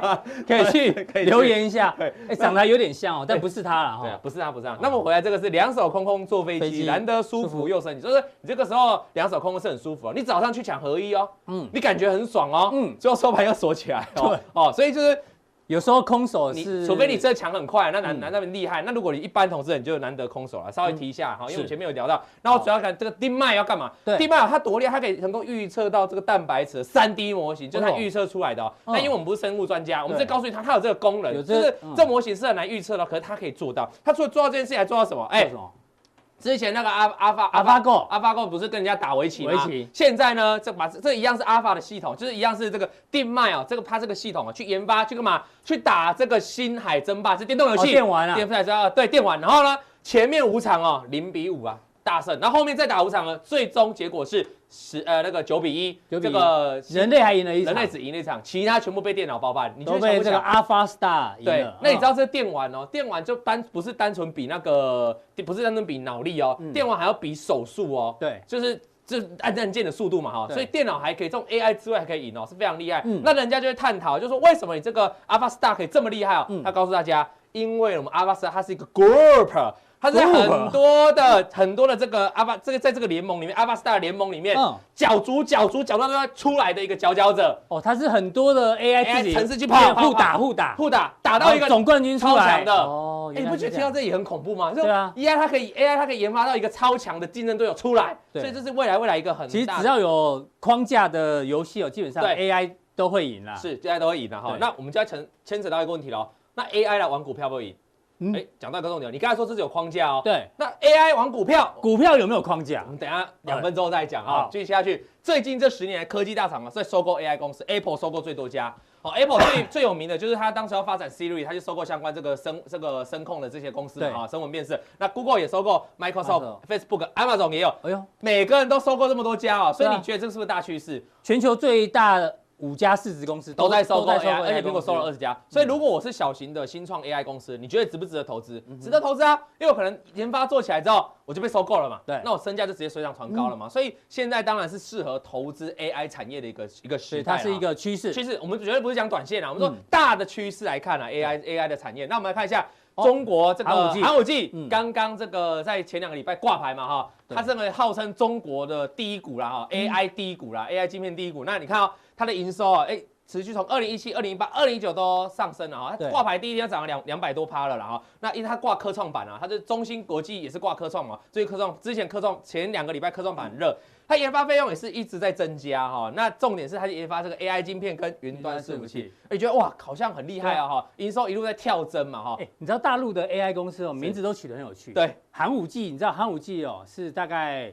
B: 可以去
D: 可以去
B: 留言一下
D: 对，
B: 哎，长得还有点像哦，但不是他了
D: 对啊
B: 哈，，
D: 不是啊，不是啊。那么回来这个是两手空空坐飞
B: 飞
D: 机，
B: 机
D: 难得舒服又身体，就是你这个时候两手空空是很舒服哦。你早上去抢合一哦，嗯
B: 嗯，
D: 你感觉很爽哦，嗯
B: 嗯，
D: 最后收盘又锁起来哦
B: 对，
D: 哦，所以就是
B: 有时候空手
D: 你
B: 是，
D: 除非你真的抢很快，那难
B: 嗯
D: 难那么厉害。那如果你一般投资人，你就难得空手了，稍微提一下哈，因为我们
B: 是
D: 前面有聊到。那我主要看这个丁麦要干嘛？
B: 对
D: 丁麦哦它多厉害，它可以能够预测到这个蛋白质的三 D 模型，就是它
B: 哦
D: 预测出来的哦。
B: 嗯
D: 那因为我们不是生物专家，我们只
B: 对
D: 告诉你它它有这个功能，
B: 有
D: 就
B: 这
D: 是
B: 嗯
D: 这模型是很难预测的，可是它可以做到。它除了做到这件事，还做到什么？
B: 哎
D: 哎，，之前那个阿阿发
B: 阿发够，
D: 阿发 Go 不是跟人家打围棋吗？
B: 围棋
D: 现在呢，这把这一样是阿发的系统，就是一样是这个电脉哦，这个它这个系统啊，去研发去干嘛？去打这个星海争霸，是电动游戏、
B: 哦电玩啊
D: 电赛车啊，对电玩。然后呢，前面五场哦，零比五啊。大胜，然后后面再打五场呢，最终结果是十呃那个九比一，
B: 9比1
D: 这个
B: 人类还赢了一场，
D: 人类只赢了一场，其他全部被电脑包办，你就
B: 都
D: 想
B: 被
D: 不
B: 这个
D: 想？
B: Alpha Star 赢
D: 对
B: 了，，
D: 那你
B: 嗯
D: 知道这电玩哦，电玩就单不是单纯比那个，不是单纯比脑力哦，电玩还要比手速哦，
B: 嗯对
D: 就是。就是按按键的速度嘛，哈，
B: 对
D: 所以电脑还可以，这种 AI 之外还可以赢哦，是非常厉害。
B: 嗯
D: 那人家就会探讨，就说为什么你这个 AlphaStar 可以这么厉害哦？
B: 嗯
D: 他告诉大家，因为我们 AlphaStar 它是一个 group，它是在
B: Group
D: 很多的很多的这个 Alpha 这个在这个联盟里面，AlphaStar 联盟里面
B: 嗯，
D: 角逐角逐角逐到出来的一个佼佼者，
B: 哦，它是很多的 AI 自己
D: 城市去跑
B: 互
D: 跑
B: 打
D: 跑
B: 互打，
D: 互打打到一
B: 啊然
D: 个
B: 后总冠军出
D: 超
B: 来
D: 强的
B: 哦，
D: 哎、你不觉得
B: 原
D: 听到
B: 来是
D: 这里很恐怖吗？就是
B: 对啊
D: AI 它可以 AI 它可以研发到一个超强的竞争对手出来，
B: 对
D: 所以这是未来未来一个很
B: 这样？其
D: 大
B: 实
D: 的
B: 只要有框架的游戏哦，基本上
D: 对
B: AI 都会赢啦。，
D: 是大家都会赢的哈。
B: 啊对
D: 那我们就要牵牵扯到一个问题喽，那 AI 来玩股票会不会赢？
B: 嗯
D: 哎、讲到一个重点，你刚才说这是有框架哦。。
B: 对，
D: 那 AI 玩股票，
B: 股票有没有框架
D: 我？们等一下两分钟再讲啊
B: 哎好。
D: 继续下去，最近这十年来，科技大厂啊在收购 AI 公司，Apple 收购最多家。哦，Apple 最 最有名的就是它当时要发展 Siri，它就收购相关这个声这个声控的这些公司嘛
B: 对
D: 啊，声纹辨识。那 Google 也收购 Microsoft
B: Microsoft、
D: Facebook、Amazon 也有，
B: 哎呦，
D: 每个人都收购这么多家哦，所以
B: 对啊
D: 你觉得这是不是大趋势？
B: 全球最大的五家市值公司
D: 都在收购 AI，而且
B: AI
D: 苹果
B: 公司嗯
D: 收了二十家。所以如果我是小型的新创 AI 公司，你觉得值不值得投资？
B: 嗯
D: 值得投资啊，因为我可能研发做起来之后，我就被收购了嘛，
B: 对嗯
D: 那我身价就直接水涨船高了嘛。所以现在当然是适合投资 AI 产业的一个一个
B: 所
D: 时
B: 以
D: 代啦
B: 它是一个趋势。
D: 趋势，我们绝对不是讲短线啊，我们说
B: 嗯
D: 大的趋势来看啊，AI AI 的产业。那我们来看一下
B: 哦
D: 中国这个
B: 寒武纪
D: 寒武纪
B: 嗯
D: 刚刚这个在前两个礼拜挂牌嘛哈，
B: 对嗯
D: 它这个号称中国的第一股啦哈，AI 第一股啦，AI 晶片第一股。那你看哦，它的营收啊，哎。持续从二零一七、二零一八、二零一九都上升了哈，它
B: 对
D: 挂牌第一天涨了两两百多趴了啦哈。那因为它挂科创板啊，它就是中芯国际也是挂科创嘛，所以科创之前科创前两个礼拜科创板很热，它研发费用也是一直在增加哈、那重点是它研发这个 AI 晶片跟云端伺服器，哎你觉得哇，好像很厉害啊哈、营收一路在跳增嘛哈、
B: 哎，你知道大陆的 AI 公司哦，名字都取得很有趣。
D: 对，
B: 寒武纪，你知道寒武纪哦是大概，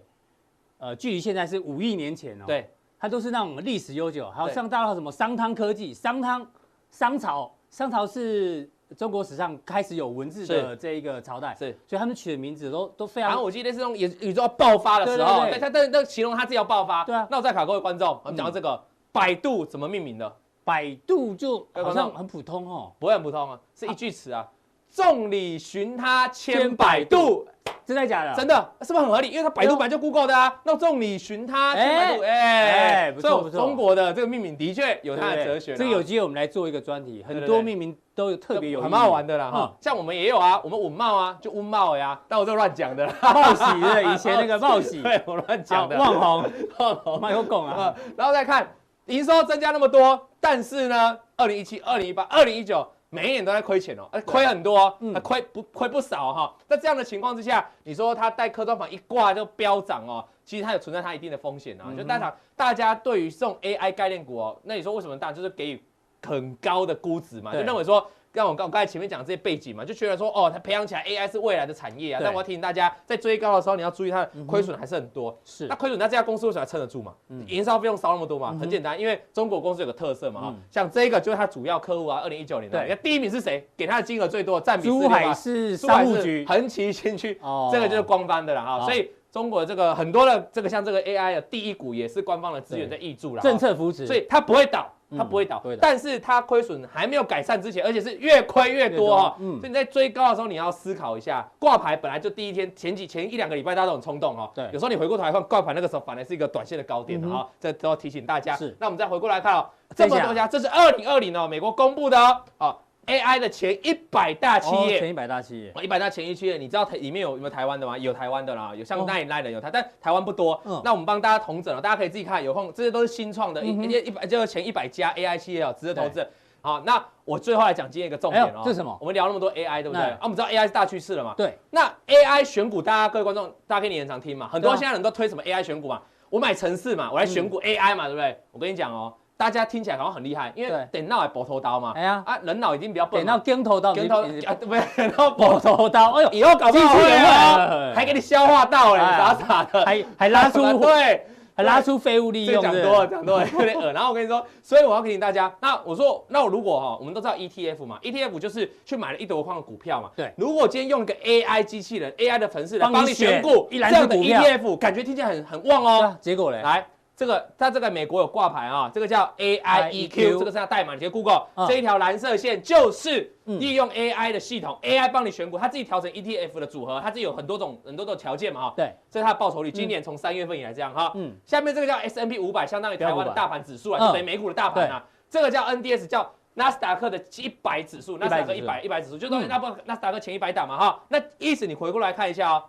B: 呃，距离现在是五亿年前哦。
D: 对，
B: 它都是那种历史悠久，还有
D: 对
B: 像大陆什么商汤科技、商汤、商朝，商朝是中国史上开始有文字的这一个朝代，
D: 是
B: 所以他们取的名字都都非
D: 然
B: 常
D: 后我记得是那种宇宇宙要爆发的时
B: 对
D: 候，
B: 对对
D: 但它但是那形容它自己要爆发，
B: 对啊
D: 那我再考各位观众，我们讲到这个、百度怎么命名的？
B: 百度就
D: 各位
B: 好
D: 观众
B: 像很普通哦，
D: 不会很普通啊，是一句词啊，众里寻他千百度，
B: 真的假的？
D: 真的是不是很合理？因为它百度本来就 Google 的啊，那众里寻他千百度，
B: 哎
D: 哎，
B: 不错
D: 所以我
B: 不
D: 们
B: 错
D: 中国的这个命名的确有
B: 对
D: 它
B: 不
D: 的
B: 对
D: 哲学啦，啊
B: 这个有机会我们来做一个专题，很
D: 对
B: 多
D: 对
B: 命名都有特别有
D: 很好玩
B: 的，
D: 的啦哈
B: 嗯，
D: 像我们也有啊，我们文茂啊，就温茂呀，但我这乱讲的啦，
B: 报喜对不对？以前那个报喜，
D: 对我
B: 好
D: 乱讲的，
B: 网红，
D: 忘了
B: 我们有拱啊
D: 啊，，然后再看营收增加那么多，但是呢，二零一七、二零一八、二零一九每一年都在亏钱哦，哎亏很多哦，
B: 嗯
D: 还亏不亏不少哦哈、在这样的情况之下，你说它带科创板一挂就飙涨哦，其实它有存在它一定的风险
B: 嗯
D: 啊。就大厂大家对于这种 AI 概念股哦，那你说为什么大家就是给予很高的估值嘛，就
B: 对
D: 认为说。像我刚我刚才前面讲的这些背景嘛，就觉得说哦，它培养起来 AI 是未来的产业啊。
B: 对
D: 但我要提醒大家，在追高的时候，你要注意它的
B: 嗯哼
D: 亏损还是很多。
B: 是
D: 那亏损，那这家公司为什么还撑得住嘛
B: 嗯？
D: 营销费用烧那么多嘛
B: 嗯？哼
D: 很简单，因为中国公司有个特色嘛，哈
B: 嗯
D: 像这个就是它主要客户啊，二零一九年的，
B: 对
D: 你看第一名是谁？给它的金额最多，占比
B: 珠海市
D: 四六八
B: 商
D: 珠
B: 务
D: 海
B: 局，
D: 横旗先驱，
B: 哦
D: 这个就是官方的了哈。
B: 好
D: 所以中国这个很多的这个像这个 AI 的第一股也是官方的资源在
B: 对
D: 挹注了，
B: 政策扶持，
D: 所以它不会倒，它
B: 嗯
D: 不会倒
B: 不会，倒
D: 但是它亏损还没有改善之前，而且是越亏越多哈。
B: 越多嗯
D: 所以你在追高的时候，你要思考一下，挂牌本来就第一天前几前一两个礼拜大家都很冲动哈。
B: 对
D: 有时候你回过头来看挂牌那个时候，反而是一个短线的高点的
B: 嗯
D: 哈，这都要提醒大家。
B: 是
D: 那我们再回过来看哦，
B: 这
D: 这
B: 一下
D: 么多家，这是二零二零哦，美国公布的哦，哦 AI 的前一百大企
B: 哦
D: 业
B: 前。一百大企业，
D: 一百大前一区的，你知道台里面有有没有台湾的吗？有台湾的啦，有像
B: 哦
D: Nine Nine 的有台，但台湾不多。
B: 嗯
D: 那我们帮大家统整了，大家可以自己看，有空这些都是新创的，一一一百就是前一百家 AI 企业哦，值得投资的。好，那我最后来讲今天一个重点
B: 哎
D: 哦
B: 呦，这是什么
D: 我们聊那么多 AI，对不对？
B: 那
D: 啊，我们知道 AI 是大趋势了嘛？
B: 对，
D: 那 AI 选股，大家各位观众，大家可以你很常听嘛，很
B: 对
D: 多
B: 啊
D: 现在人都推什么 AI 选股嘛，我买城市嘛，我来选股
B: 嗯
D: AI 嘛，对不对？我跟你讲哦，大家听起来好像很厉害，因
B: 对
D: 为等闹还搏头刀嘛
B: 哎，呀，
D: 啊，人脑已经比较笨
B: 点
D: 嘛
B: 到，跟头到
D: 跟头
B: 你
D: 啊，不是 人脑搏
B: 我头刀， 哎呦，
D: 以后搞不
B: 机
D: 好
B: 器
D: 会
B: 人
D: 哦
B: 会，
D: 还给你消化到嘞，
B: 哎呀
D: 傻傻的，
B: 还还拉出
D: 对，
B: 还拉出废物利
D: 这个
B: 用，
D: 讲
B: 是不是
D: 多了，讲多了有点恶。然后我跟你说，所以我要提醒大家，那我说，那我如果哈，我们都知道 ETF 嘛，ETF ，E 就是去买了一箩筐的股票嘛。
B: 对
D: 如果今天用一个 AI 机器人，AI 的城市来
B: 帮你
D: 帮你
B: 选
D: 选股，
B: 一篮
D: 这
B: 子
D: 样的
B: 股票
D: ETF，感觉听起来很很旺
B: 对
D: 哦。
B: 啊结果嘞，
D: 来，这个它这个美国有挂牌啊，这个叫 E
B: IEQ
D: AIEQ，这个是它代码，你可以 Google、
B: E 嗯
D: 这一条蓝色线就是
B: 嗯
D: 利用 AI 的系统、a i 帮你选股，它自己调整 ETF 的组合，它自己有很多种很多种条件嘛哈。
B: 对，
D: 这是它的报酬率，今年从三月份以来这样哈。
B: 嗯，
D: 下面这个叫 S M P 五百，相当于台湾的大盘指数啊，
B: 嗯
D: 就等于美股的大盘啊。这个叫 N D S，叫纳斯达克的一百指数，纳斯达克一百一百指数，
B: 嗯
D: 就等于那不纳斯达克前一百档嘛哈。那意思你回过来看一下哦，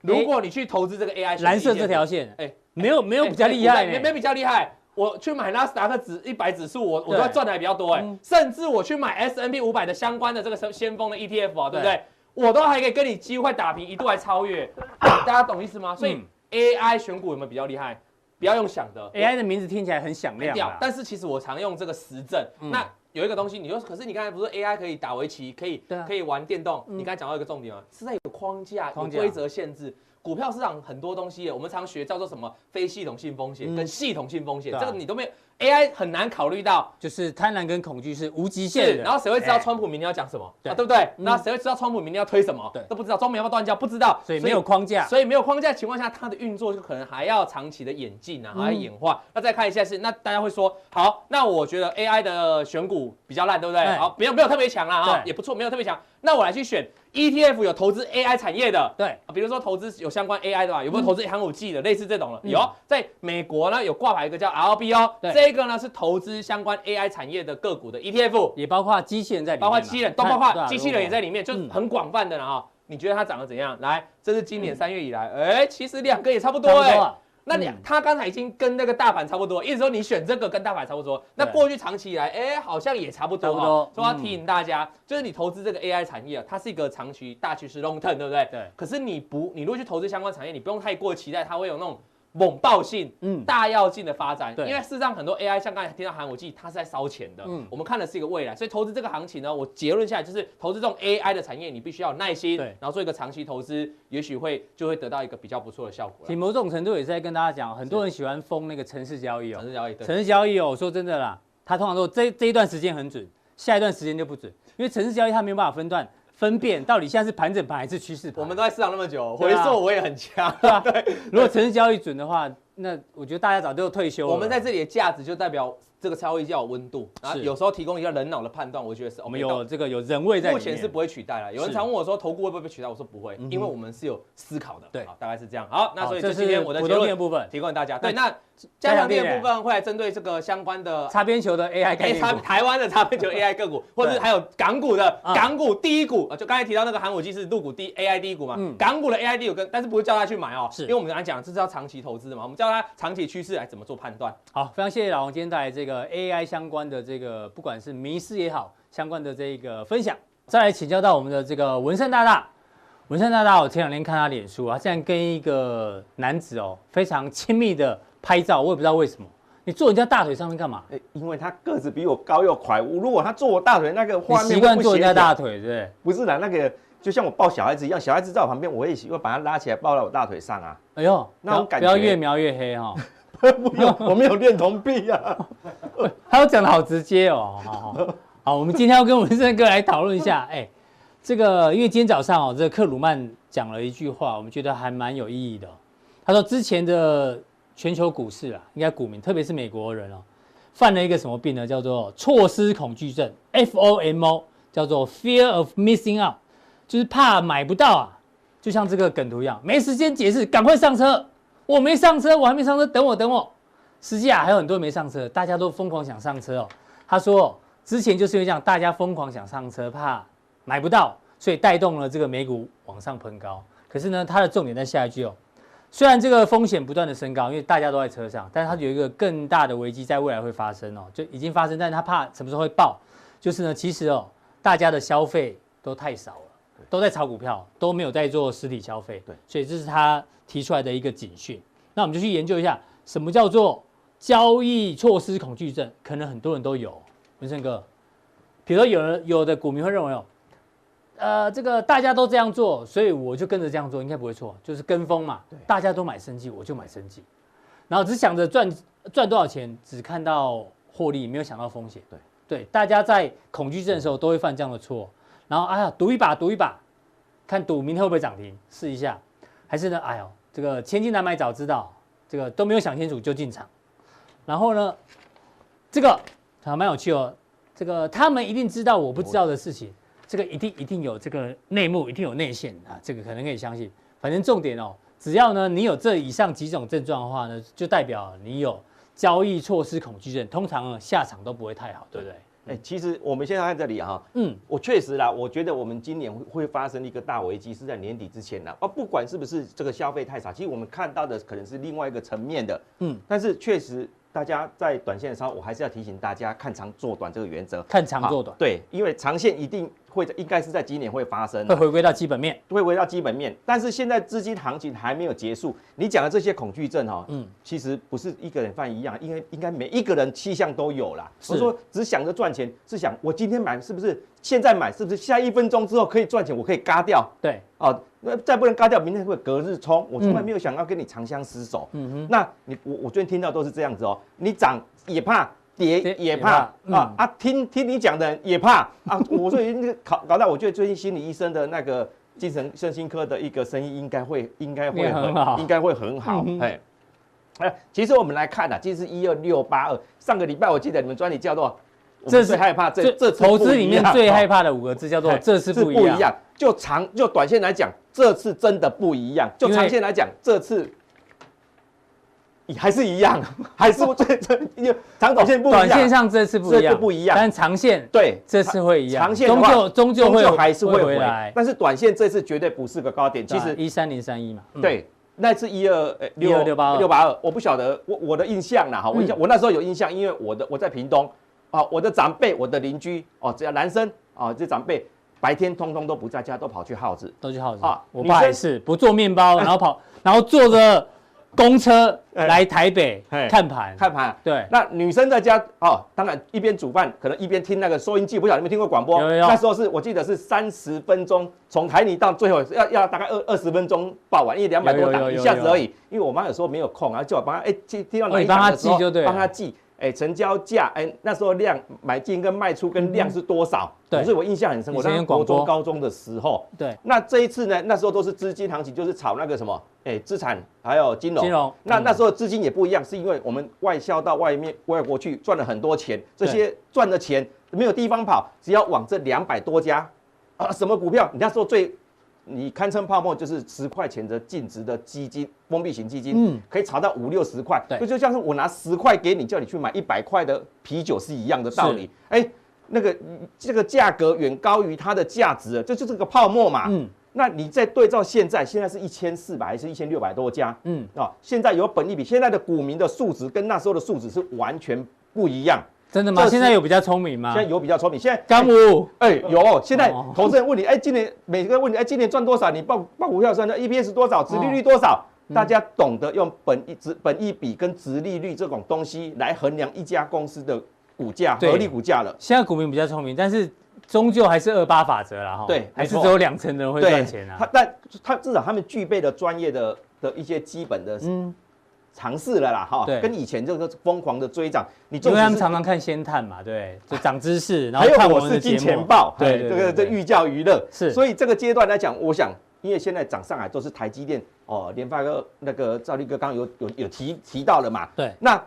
D: 如果你去投资这个 AI，
B: 蓝色这条线，
D: 哎
B: 没有没有比较厉害欸
D: 没没
B: 呢，
D: 比较厉害。我去买纳斯达克指一百指数，我我
B: 对
D: 都要赚的还比较多哎、
B: 嗯
D: 甚至我去买 S N P 五百的相关的这个先锋的 ETF 啊，对不对？
B: 对
D: 我都还可以跟你几乎快打平，一度还超越，大家懂意思吗？所以
B: 嗯
D: AI 选股有没有比较厉害？不要用想的
B: AI 的名字听起来很响亮
D: 掉
B: 啊，，
D: 但是其实我常用这个实证。
B: 嗯
D: 那有一个东西，你说，可是你刚才不是说 AI 可以打围棋，可以、
B: 对啊
D: 可以玩电动？
B: 嗯啊
D: 你刚才讲到一个重点啊，是在有框架、有
B: 框架
D: 规则限制。股票市场很多东西耶，我们常学叫做什么非系统性风险
B: 嗯
D: 跟系统性风险，
B: 对啊
D: 这个你都没有 AI 很难考虑到。
B: 就是贪婪跟恐惧是无极限
D: 是，
B: 的，
D: 然后谁会知道
B: 哎
D: 川普明天要讲什么？
B: 对
D: 啊对不对？
B: 嗯
D: 那谁会知道川普明天要推什么
B: 对？
D: 都不知道，中美要不要断交？不知道，
B: 所以没有框架，
D: 所以没有框架的情况下，它的运作就可能还要长期的演进啊，
B: 嗯
D: 还要演化。那再看一下是，那大家会说，好，那我觉得 AI 的选股比较烂，对不对？
B: 哎
D: 好，没有没有特别强啦啊，
B: 对
D: 也不错，没有特别强。那我来去选 ETF 有投资 AI 产业的。啊
B: 对，
D: 比如说投资有相关 AI 的吧，有没有投资航母技的，类似这种的？
B: 嗯
D: 有，啊在美国呢有挂牌一个叫 RBO，
B: 对
D: 这个呢是投资相关 AI 产业的个股的 E ETF，
B: 也包括机器人在里面
D: 包
B: 嘛，
D: 括机器人，都
B: 看
D: 包
B: 对
D: 括
B: 啊
D: 机器人也在里面，就是
B: 嗯
D: 很广泛的了哈。你觉得它长得怎样？来，这是今年三月以来，哎，其实两个也差不
B: 如果嗯
D: 多
B: 差不
D: 哎
B: 多。啊
D: 那你
B: 嗯
D: 它刚才已经跟那个大盘差不多，意思说你选这个跟大盘差不多。那
B: 对
D: 过去长期以来，哎，好像也差不多
B: 差不
D: 哈
B: 多
D: 所以我要
B: 嗯
D: 提醒大家，就是你投资这个 AI 产业啊，它是一个长期大趋势 long term，对不对？
B: 对
D: 可是你不，你如果去投资相关产业，你不用太过期待它会有那种猛爆性。
B: 嗯，
D: 大跃进的发展，
B: 对
D: 因为事实上很多 AI 像刚才听到韩国记，它是在烧钱的。
B: 嗯
D: 我们看的是一个未来，所以投资这个行情呢，我结论下来就是，投资这种 AI 的产业，你必须要有耐心，
B: 对
D: 然后做一个长期投资，也许会就会得到一个比较不错的效果
B: 其
D: 啦
B: 实。某种程度也是在跟大家讲，很多人喜欢封那个城市交易哦
D: 反，正交易对。
B: 城市交易哦，我说真的啦，它通常都这这一段时间很准，下一段时间就不准，因为城市交易它没有办法分段分辨到底现在是盘整盘还是趋势盘。
D: 我们都在市场那么久，回
B: 对啊
D: 溯我也很强。
B: 对啊，如果城市交易准的话，那我觉得大家早就退休了。
D: 我们在这里的价值就代表这个交易要有温度，然后
B: 是
D: 有时候提供一个人脑的判断，我觉得是 OK
B: 我们
D: 到
B: 有这个有人味在里
D: 目
B: 面。
D: 前是不会取代了。有人
B: 是嗯
D: 常问我说，投顾会不会被取代？我说不会，因为我们是有思考的。
B: 对
D: 好大概是这样。好，那
B: 好
D: 所以
B: 这
D: 这今
B: 是
D: 天我的
B: 普
D: 结
B: 通
D: 论
B: 店部分
D: 提供给大家。对，
B: 那
D: 那加
B: 加
D: 强
B: 强
D: 店
B: 店
D: 的部分会来针对这个相关的
B: 擦边球的 AI 概
D: A
B: 念
D: 差
B: 股
D: 台湾的差别就 AI 个股，或者是还有港股的
B: 啊
D: 港股第一股，啊就刚才提到那个韩股技是入股第 AI 第一股嘛
B: 嗯，
D: 港股的 AI 第一股跟，但是不是叫他去买哦，
B: 是
D: 因为我们刚才讲这是要长期投资的嘛，我们叫他长期趋势来怎么做判断。
B: 好，非常谢谢老王今天带来这个 AI 相关的这个，不管是迷失也好，相关的这个分享。再来请教到我们的这个文胜大大，文胜大大，我前两天看他脸书啊，竟然跟一个男子哦非常亲密的拍照，我也不知道为什么。你坐人家大腿上面干嘛？
E: 哎因为他个子比我高又快，我如果他坐我大腿，那个
B: 你
E: 画面
B: 习惯
E: 会不
B: 坐人家
E: 协调
B: 大腿，对不对？
E: 不是啦，那个就像我抱小孩子一样，小孩子在我旁边，我也喜欢把他拉起来抱到我大腿 上啊。
B: 哎呦，
E: 那种
B: 不要
E: 感
B: 不要
E: 觉
B: 越描越黑哈、哦。
E: 不用，我没有恋童癖啊。
B: 他都讲的好直接哦。好好好，好，我们今天要跟文胜哥来讨论一下，哎，这个因为今天早上哦，这个克鲁曼讲了一句话，我们觉得还蛮有意义的哦、他说之前的全球股市啊，应该股民特别是美国人哦，犯了一个什么病呢？叫做错失恐惧症 （FOMO），叫做 Fear of Missing Out，就是怕买不到啊。就像这个梗图一样，没时间解释，赶快上车。我没上车，我还没上车，等我，等我。实际啊，还有很多人没上车，大家都疯狂想上车哦。他说，之前就是因为这样，大家疯狂想上车，怕买不到，所以带动了这个美股往上喷高。可是呢，他的重点在下一句哦，虽然这个风险不断的升高，因为大家都在车上，但是它有一个更大的危机在未来会发生哦，就已经发生，但是他怕什么时候会爆，就是呢，其实哦，大家的消费都太少了，都在炒股票，都没有在做实体消费，
E: 对，
B: 所以这是他提出来的一个警讯。那我们就去研究一下什么叫做交易措施恐惧症，可能很多人都有。文胜哥，比如说有人有的股民会认为哦，呃，这个大家都这样做，所以我就跟着这样做，应该不会错，就是跟风嘛。大家都买生计，我就买生计，然后只想着赚赚多少钱，只看到获利，没有想到风险。
E: 对
B: 对，大家在恐惧症的时候都会犯这样的错，然后哎呀，赌一把，赌一把，看赌明天会不会涨停，试一下，还是呢，哎呦，这个千金难买早知道，这个都没有想清楚就进场，然后呢，这个还蛮有趣哦，这个他们一定知道我不知道的事情，这个一定一定有这个内幕，一定有内线啊，这个可能可以相信。反正重点哦，只要呢你有这以上几种症状的话呢，就代表你有交易措施恐惧症，通常呢下场都不会太好，对不对？
E: 哎、其实我们现在看这里哈、
B: 嗯，
E: 我确实啦，我觉得我们今年会会发生一个大危机，是在年底之前啦。啊，不管是不是这个消费太少，其实我们看到的可能是另外一个层面的。
B: 嗯
E: 嗯，但是确实，大家在短线上，我还是要提醒大家看长做短这个原则。
B: 看长做短
E: 好对，因为长线一定会在，应该是在今年会发生
B: 会
E: 啊。
B: 回归到基本面。
E: 会回到基本面，但是现在资金行情还没有结束。你讲的这些恐惧症哈、哦，
B: 嗯
E: 嗯，其实不是一个人犯一样，应该应该每一个人气象都有啦。
B: 是
E: 我说只想着赚钱，是想我今天买是不是现在买是不是下一分钟之后可以赚钱，我可以嘎掉
B: 对，
E: 哦，那再不能嘎掉，明天会隔日冲。我从来没有想要跟你长相厮守。
B: 嗯哼，
E: 那你我我最近听到都是这样子哦，你涨也怕。跌
B: 跌也
E: 也怕
B: 怕
E: 啊
B: 嗯
E: 啊！听听你讲的人也怕啊！ 我说那个搞搞到，我觉得最近心理医生的那个精神身心科的一个生意应该会应该
B: 也
E: 会
B: 很好
E: 应该会很好
B: 嗯哼。
E: 哎，哎，其实我们来看啊，其实一二六八二，上个礼拜我记得你们专题叫做“我
B: 这
E: 们
B: 是
E: 最害怕这这次
B: 投资
E: 不
B: 里
E: 一
B: 面
E: 样
B: 最害
E: 哦
B: 怕的五个字叫做
E: 哎
B: “这次
E: 是
B: 不一样”。
E: 样。就长就短线来讲，这次真的不一样。就
B: 因为
E: 长线来讲，这次还是一样， 还是这这因为长短线不一样。
B: 短线上这次不一
E: 这
B: 样，
E: 次不一样
B: 但长线
E: 对，
B: 这次会一样，
E: 长线的
B: 终
E: 话
B: 究终究会
E: 还是会
B: 回
E: 回
B: 来啊
E: 来，。但是短线这次绝对不是个高点。其实
B: 一三零三一嘛，嗯，
E: 对，那次一二
B: 12682
E: 六八二，我不晓得我我的印象啦哈，我
B: 嗯
E: 印象、我那时候有印象，因为我的我在屏东啊，我的长辈我的邻居哦，只要男生啊这长辈白天通通都不在家，都跑去耗子。
B: 都去耗子
E: 啊哎
B: 我
E: 女
B: 爸
E: 生
B: 也是不做面包，然后跑，然后坐着公车来台北
E: 哎
B: 看盘，
E: 看盘啊，
B: 对
E: 那女生在家哦，当然一边煮饭，可能一边听那个收音机，不晓得你们听过广播？
B: 有有有
E: 那时候是我记得是三十分钟，从台泥到最后要要大概二二十分钟报完，因为两百
B: 有有
E: 多
B: 有
E: 档
B: 有
E: 一下子
B: 有
E: 而已。因为我妈有时候没有空，然后叫我帮她哎记听到
B: 哦
E: 哪
B: 你
E: 一
B: 帮
E: 档
B: 她
E: 的时候
B: 记就对了
E: 帮她记。哎、哎、成交价，哎、那时候量买进跟卖出跟量是多少？
B: 嗯对
E: 可是我印象很深，
B: 以
E: 我
B: 前
E: 当
B: 有广
E: 国中、
B: 播
E: 高中的时候，
B: 对，
E: 那这一次呢，那时候都是资金行情，就是炒那个什么，哎、资产还有金融。
B: 金融
E: 那
B: 嗯
E: 那时候资金也不一样，是因为我们外销到外面外国去赚了很多钱，这
B: 对
E: 些赚的钱没有地方跑，只要往这两百多家啊，什么股票？你那时候最。你堪称泡沫，就是十块钱的净值的基金，封闭型基金，
B: 嗯
E: 可以炒到五六十块，
B: 对
E: 这就像是我拿十块给你，叫你去买一百块的啤酒是一样的道理。哎，那个这个价格远高于它的价值了，这就是个泡沫嘛。
B: 嗯
E: 那你再对照现在，现在是一千四百还是一千六百多家？
B: 嗯，
E: 啊、现在有本利比，现在的股民的数值跟那时候的数值是完全不一样。
B: 真的吗？
E: 这是
B: 现在有比较聪明吗
E: 现？在有比较聪明，现在
B: 干五，
E: 哎、有哦、现在
B: 哦
E: 投资人问你，哎、今年每个人问你，哎、今年赚多少？你报报股票算的 EPS 多少，殖利率
B: 哦
E: 多少？
B: 嗯
E: 大家懂得用本一值、本一比跟殖利率这种东西来衡量一家公司的股价、
B: 对
E: 合理股价了。
B: 现在股民比较聪明，但是终究还是二八法则啦哈，
E: 对
B: 还是
E: 没错
B: 只有两成的人会
E: 对
B: 赚钱啊
E: 他。但他至少他们具备了专业的的一些基本的
B: 嗯，
E: 尝试了啦，哈、
B: 对
E: 跟以前这个疯狂的追涨，你
B: 因
E: 纵
B: 为
E: 使
B: 他们
E: 是
B: 常常看先探嘛，对，就长知识，然
E: 还
B: 后
E: 有
B: 看
E: 我
B: 们
E: 是
B: 的节
E: 金
B: 目。啊
E: 钱豹，
B: 对
E: 哎
B: 对
E: 这个这
B: 对对
E: 寓教于乐
B: 是
E: 所以这个阶段来讲，我想，因为现在涨上来都是台积电哦，联发哥那个赵立哥刚刚有有有提提到了嘛，
B: 对
E: 那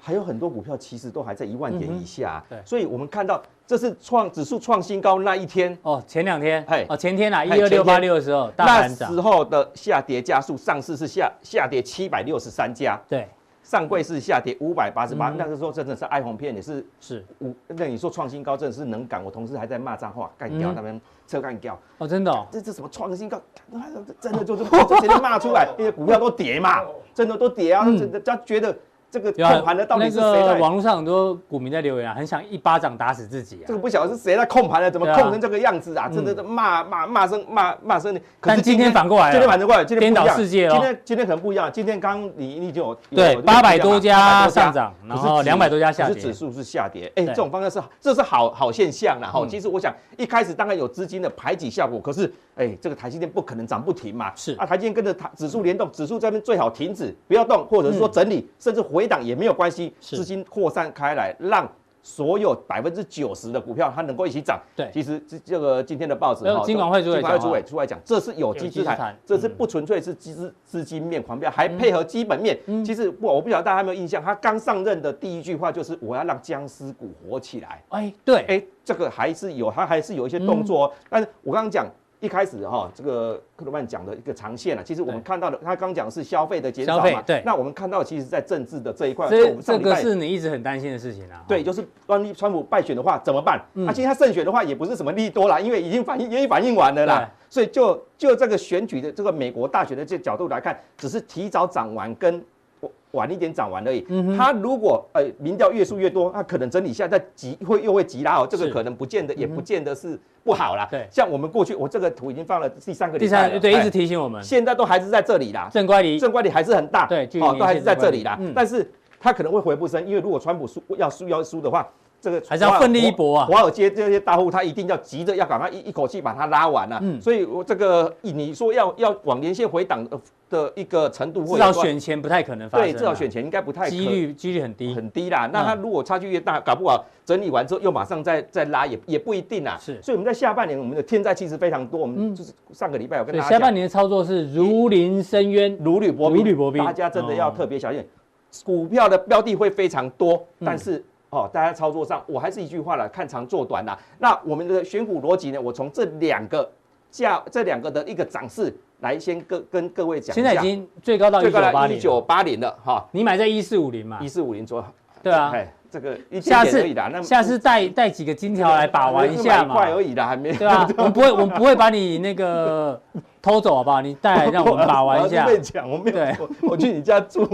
E: 还有很多股票其实都还在一万点以下啊、
B: 嗯哼对
E: 所以我们看到这是创指数创新高那一天，
B: 哦，前两天
E: 嘿，
B: 哦，前天啊，一
E: 嘿
B: 二
E: 前
B: 六
E: 天
B: 八六的时候，大
E: 那
B: 盘
E: 时
B: 涨，
E: 候的下跌家数，上市是下下跌七百六十三家，
B: 对，
E: 上柜是下跌五百八十八
B: 嗯，
E: 那个时候真的是哀鸿遍野，是
B: 是，
E: 五。那你说创新高真的是能赶，我同事还在骂脏话，干掉
B: 嗯
E: 那边车干掉，
B: 哦，真的哦，
E: 这这什么创新高，干他真的就是我直接骂 出来，因为股票都跌嘛，真的都跌啊，
B: 哦嗯
E: 真的他觉得这个
B: 有啊
E: 控盘的到底是谁
B: 那
E: 在
B: 个？网络上很多股民在留言啊，很想一巴掌打死自己啊
E: 这。个不晓得是谁在控盘的，怎么
B: 对啊
E: 控成这个样子啊？真的是骂骂骂声骂骂声。可
B: 但
E: 是
B: 今天反过来了，
E: 今天反正过来，今
B: 颠
E: 天不
B: 倒
E: 一样
B: 世界
E: 今
B: 了。
E: 天今天可能不一样，今天刚你你已经有有
B: 对
E: 有，
B: 八百多
E: 800
B: 家上涨，
E: 可
B: 然
E: 是
B: 后
E: 指
B: 两百多家下
E: 可是指
B: 跌。
E: 数是下跌，哎、
B: 对嗯
E: 这种方向是这是好好现象啦。哈、其实我想一开始当然有资金的排挤效果，可是哎、这个台积电不可能涨不停嘛。
B: 是
E: 啊，台积电跟着它指数联动，指数这边最好停止，不要动，或者
B: 嗯
E: 是说整理，甚至回档也没有关系，
B: 是
E: 资金扩散开来，让。所有百分之九十的股票，它能够一起涨。
B: 对
E: 其实这这个今天的报纸
B: 还有
E: 哈，
B: 金管会主委
E: 金管
B: 讲话
E: 会
B: 啊
E: 主委出来讲，这是有
B: 有
E: 机
B: 机
E: 之
B: 之
E: 谈
B: 谈，
E: 这是不纯粹是基资资金面狂飙，还配合基本面。
B: 嗯
E: 其实不，我不晓得大家有没有印象，他刚上任的第一句话就是我要让僵尸股活起来。
B: 哎，对，
E: 哎，这个还是有，他还是有一些动作哦。
B: 嗯
E: 但是我刚刚讲一开始哈、这个克鲁曼讲的一个长线啊，其实我们
B: 对
E: 看到的，他刚讲的是消费的减少
B: 消
E: 嘛
B: 费，对
E: 那我们看到其实在政治的这一块，
B: 这
E: 啊我们上
B: 这
E: 礼
B: 个
E: 拜
B: 是你一直很担心的事情啊。
E: 对，就是万一川普败选的话怎么办？
B: 嗯
E: 啊，其实他胜选的话也不是什么利多啦，因为已经反映也反映完了啦。所以就就这个选举的这个美国大选的这角度来看，只是提早涨完跟晚晚一点涨完而已。
B: 嗯哼
E: 他如果呃民调越数越多，他可能整理一下再急会又会急拉哦，这个
B: 是嗯
E: 可能不见得也不见得是不好啦。
B: 对
E: 像我们过去我这个图已经放了第三个
B: 第
E: 礼拜了，
B: 三，对，一
E: 哎
B: 直提醒我们
E: 现在都还是在这里啦。
B: 正乖离。
E: 正观点还是很大，
B: 对距离
E: 哦，
B: 年
E: 都还是
B: 限
E: 在
B: 正乖
E: 这
B: 离
E: 里啦。
B: 嗯
E: 但是他可能会回不身，因为如果川普输要输要输的话，这个
B: 还是要
E: 华尔
B: 奋力一搏啊
E: 华华尔街这些大户他一定要急着要赶快一一口气把它拉完啊。
B: 嗯
E: 所以我这个你说要要往连线回档的的一个程度会有
B: 至
E: 多少，
B: 少选前不太可能发生啊。
E: 对至少选前应该不太可
B: 几率几率很低。嗯
E: 很低啦。那它如果差距越大，搞不好整理完之后又马上再再拉也也不一定啊。
B: 是嗯
E: 所以我们在下半年我们的天灾其实非常多，我们就是上个礼拜有跟
B: 对，
E: 大家
B: 下
E: 讲
B: 半年的操作是如临深渊。
E: 如履薄冰，
B: 如履薄冰
E: 大家真的要特别小心。股票的标的会非常多，
B: 嗯
E: 但是、哦，大家操作上，我还是一句话啦，看长做短啦。那我们的选股逻辑呢？我从这两个价，这两个的一个涨势来先跟跟各位讲一
B: 现
E: 下。
B: 在已经最高到一
E: 最
B: 九
E: 高
B: 八
E: 到
B: 零
E: 一，九八零了哈，
B: 你买在一四五零嘛
E: 一？四五零左右。
B: 对啊，
E: 哎，这个一
B: 下
E: 千点而已啦，
B: 次下次带带几个金条来把玩一下
E: 买块
B: 嘛
E: 而，已啦，还 没
B: 对啊，我们不会我们不会把你那个偷走好不好？你带来让我们把玩一下
E: 我。要是被抢，我没有
B: 对，
E: 我我去你 家住。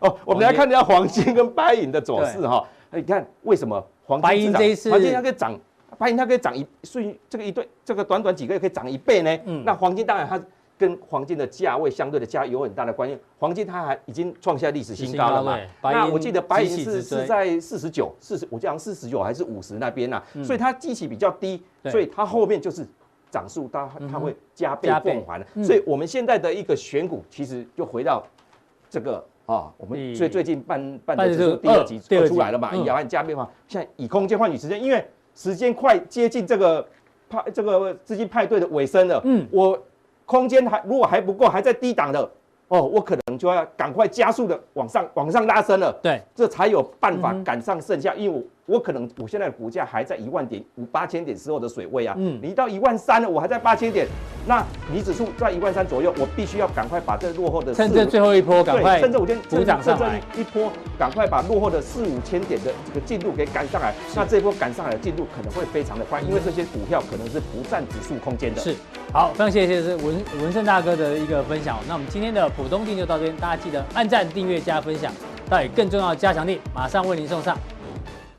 E: 哦，我们来看一下黄金跟白银的走势哈。哎你看为什么黄金
B: 白银
E: 市场
B: 这一次
E: 黄金它可以涨，白银它可以涨一瞬，这个一对这个短短几个月可以涨一倍呢？
B: 嗯
E: 那黄金当然它。跟黄金的价位相对的价有很大的关系，黄金它还已经创下历史新高了嘛
B: 历史新？高对白银
E: 那我记得白银
B: 急起直
E: 是
B: 追
E: 是在四十九、四十，我记得好像四十九还是五十那边呐、啊
B: 嗯
E: 所以它基期比较低，
B: 对
E: 所以它后面就是涨速，它
B: 嗯
E: 它
B: 哼
E: 会加倍
B: 加
E: 啊
B: 倍
E: 奉还的。
B: 嗯
E: 所以我们现在的一个选股，其实就回到这个啊，我们
B: 第
E: 最最近半半
B: 半
E: 的
B: 指
E: 指数
B: 数
E: 第二
B: 二
E: 集
B: 第二
E: 出来
B: 集
E: 了嘛，
B: 嗯
E: 以然价变化，现在以空间换取时间，因为时间快接近这个派这个资金派对的尾声了，
B: 嗯
E: 我空间还如果还不够，还在低档的，哦，我可能就要赶快加速的往上往上拉升了，
B: 对，
E: 这才有办法
B: 嗯哼
E: 赶上剩下，因为我我可能我现在的股价还在一万点五八千点之后的水位啊，
B: 嗯
E: 你到一万三了，我还在八千点，那你指数在一万三左右，我必须要赶快把这落后的
B: 趁
E: 四
B: 这
E: 五
B: 最后一波赶快
E: 对，趁着我今
B: 补
E: 天
B: 涨上
E: 趁
B: 来
E: 趁这一波，赶快把落后的四五千点的这个进度给赶上来。那这一波赶上来的进度可能会非常的快，因为这些股票可能是不占指数空间的。
B: 是，好，非常谢谢是文文胜大哥的一个分享哦。那我们今天的浦东定就到这边，大家记得按赞、订阅、加分享，到底更重要的加强力，马上为您送上。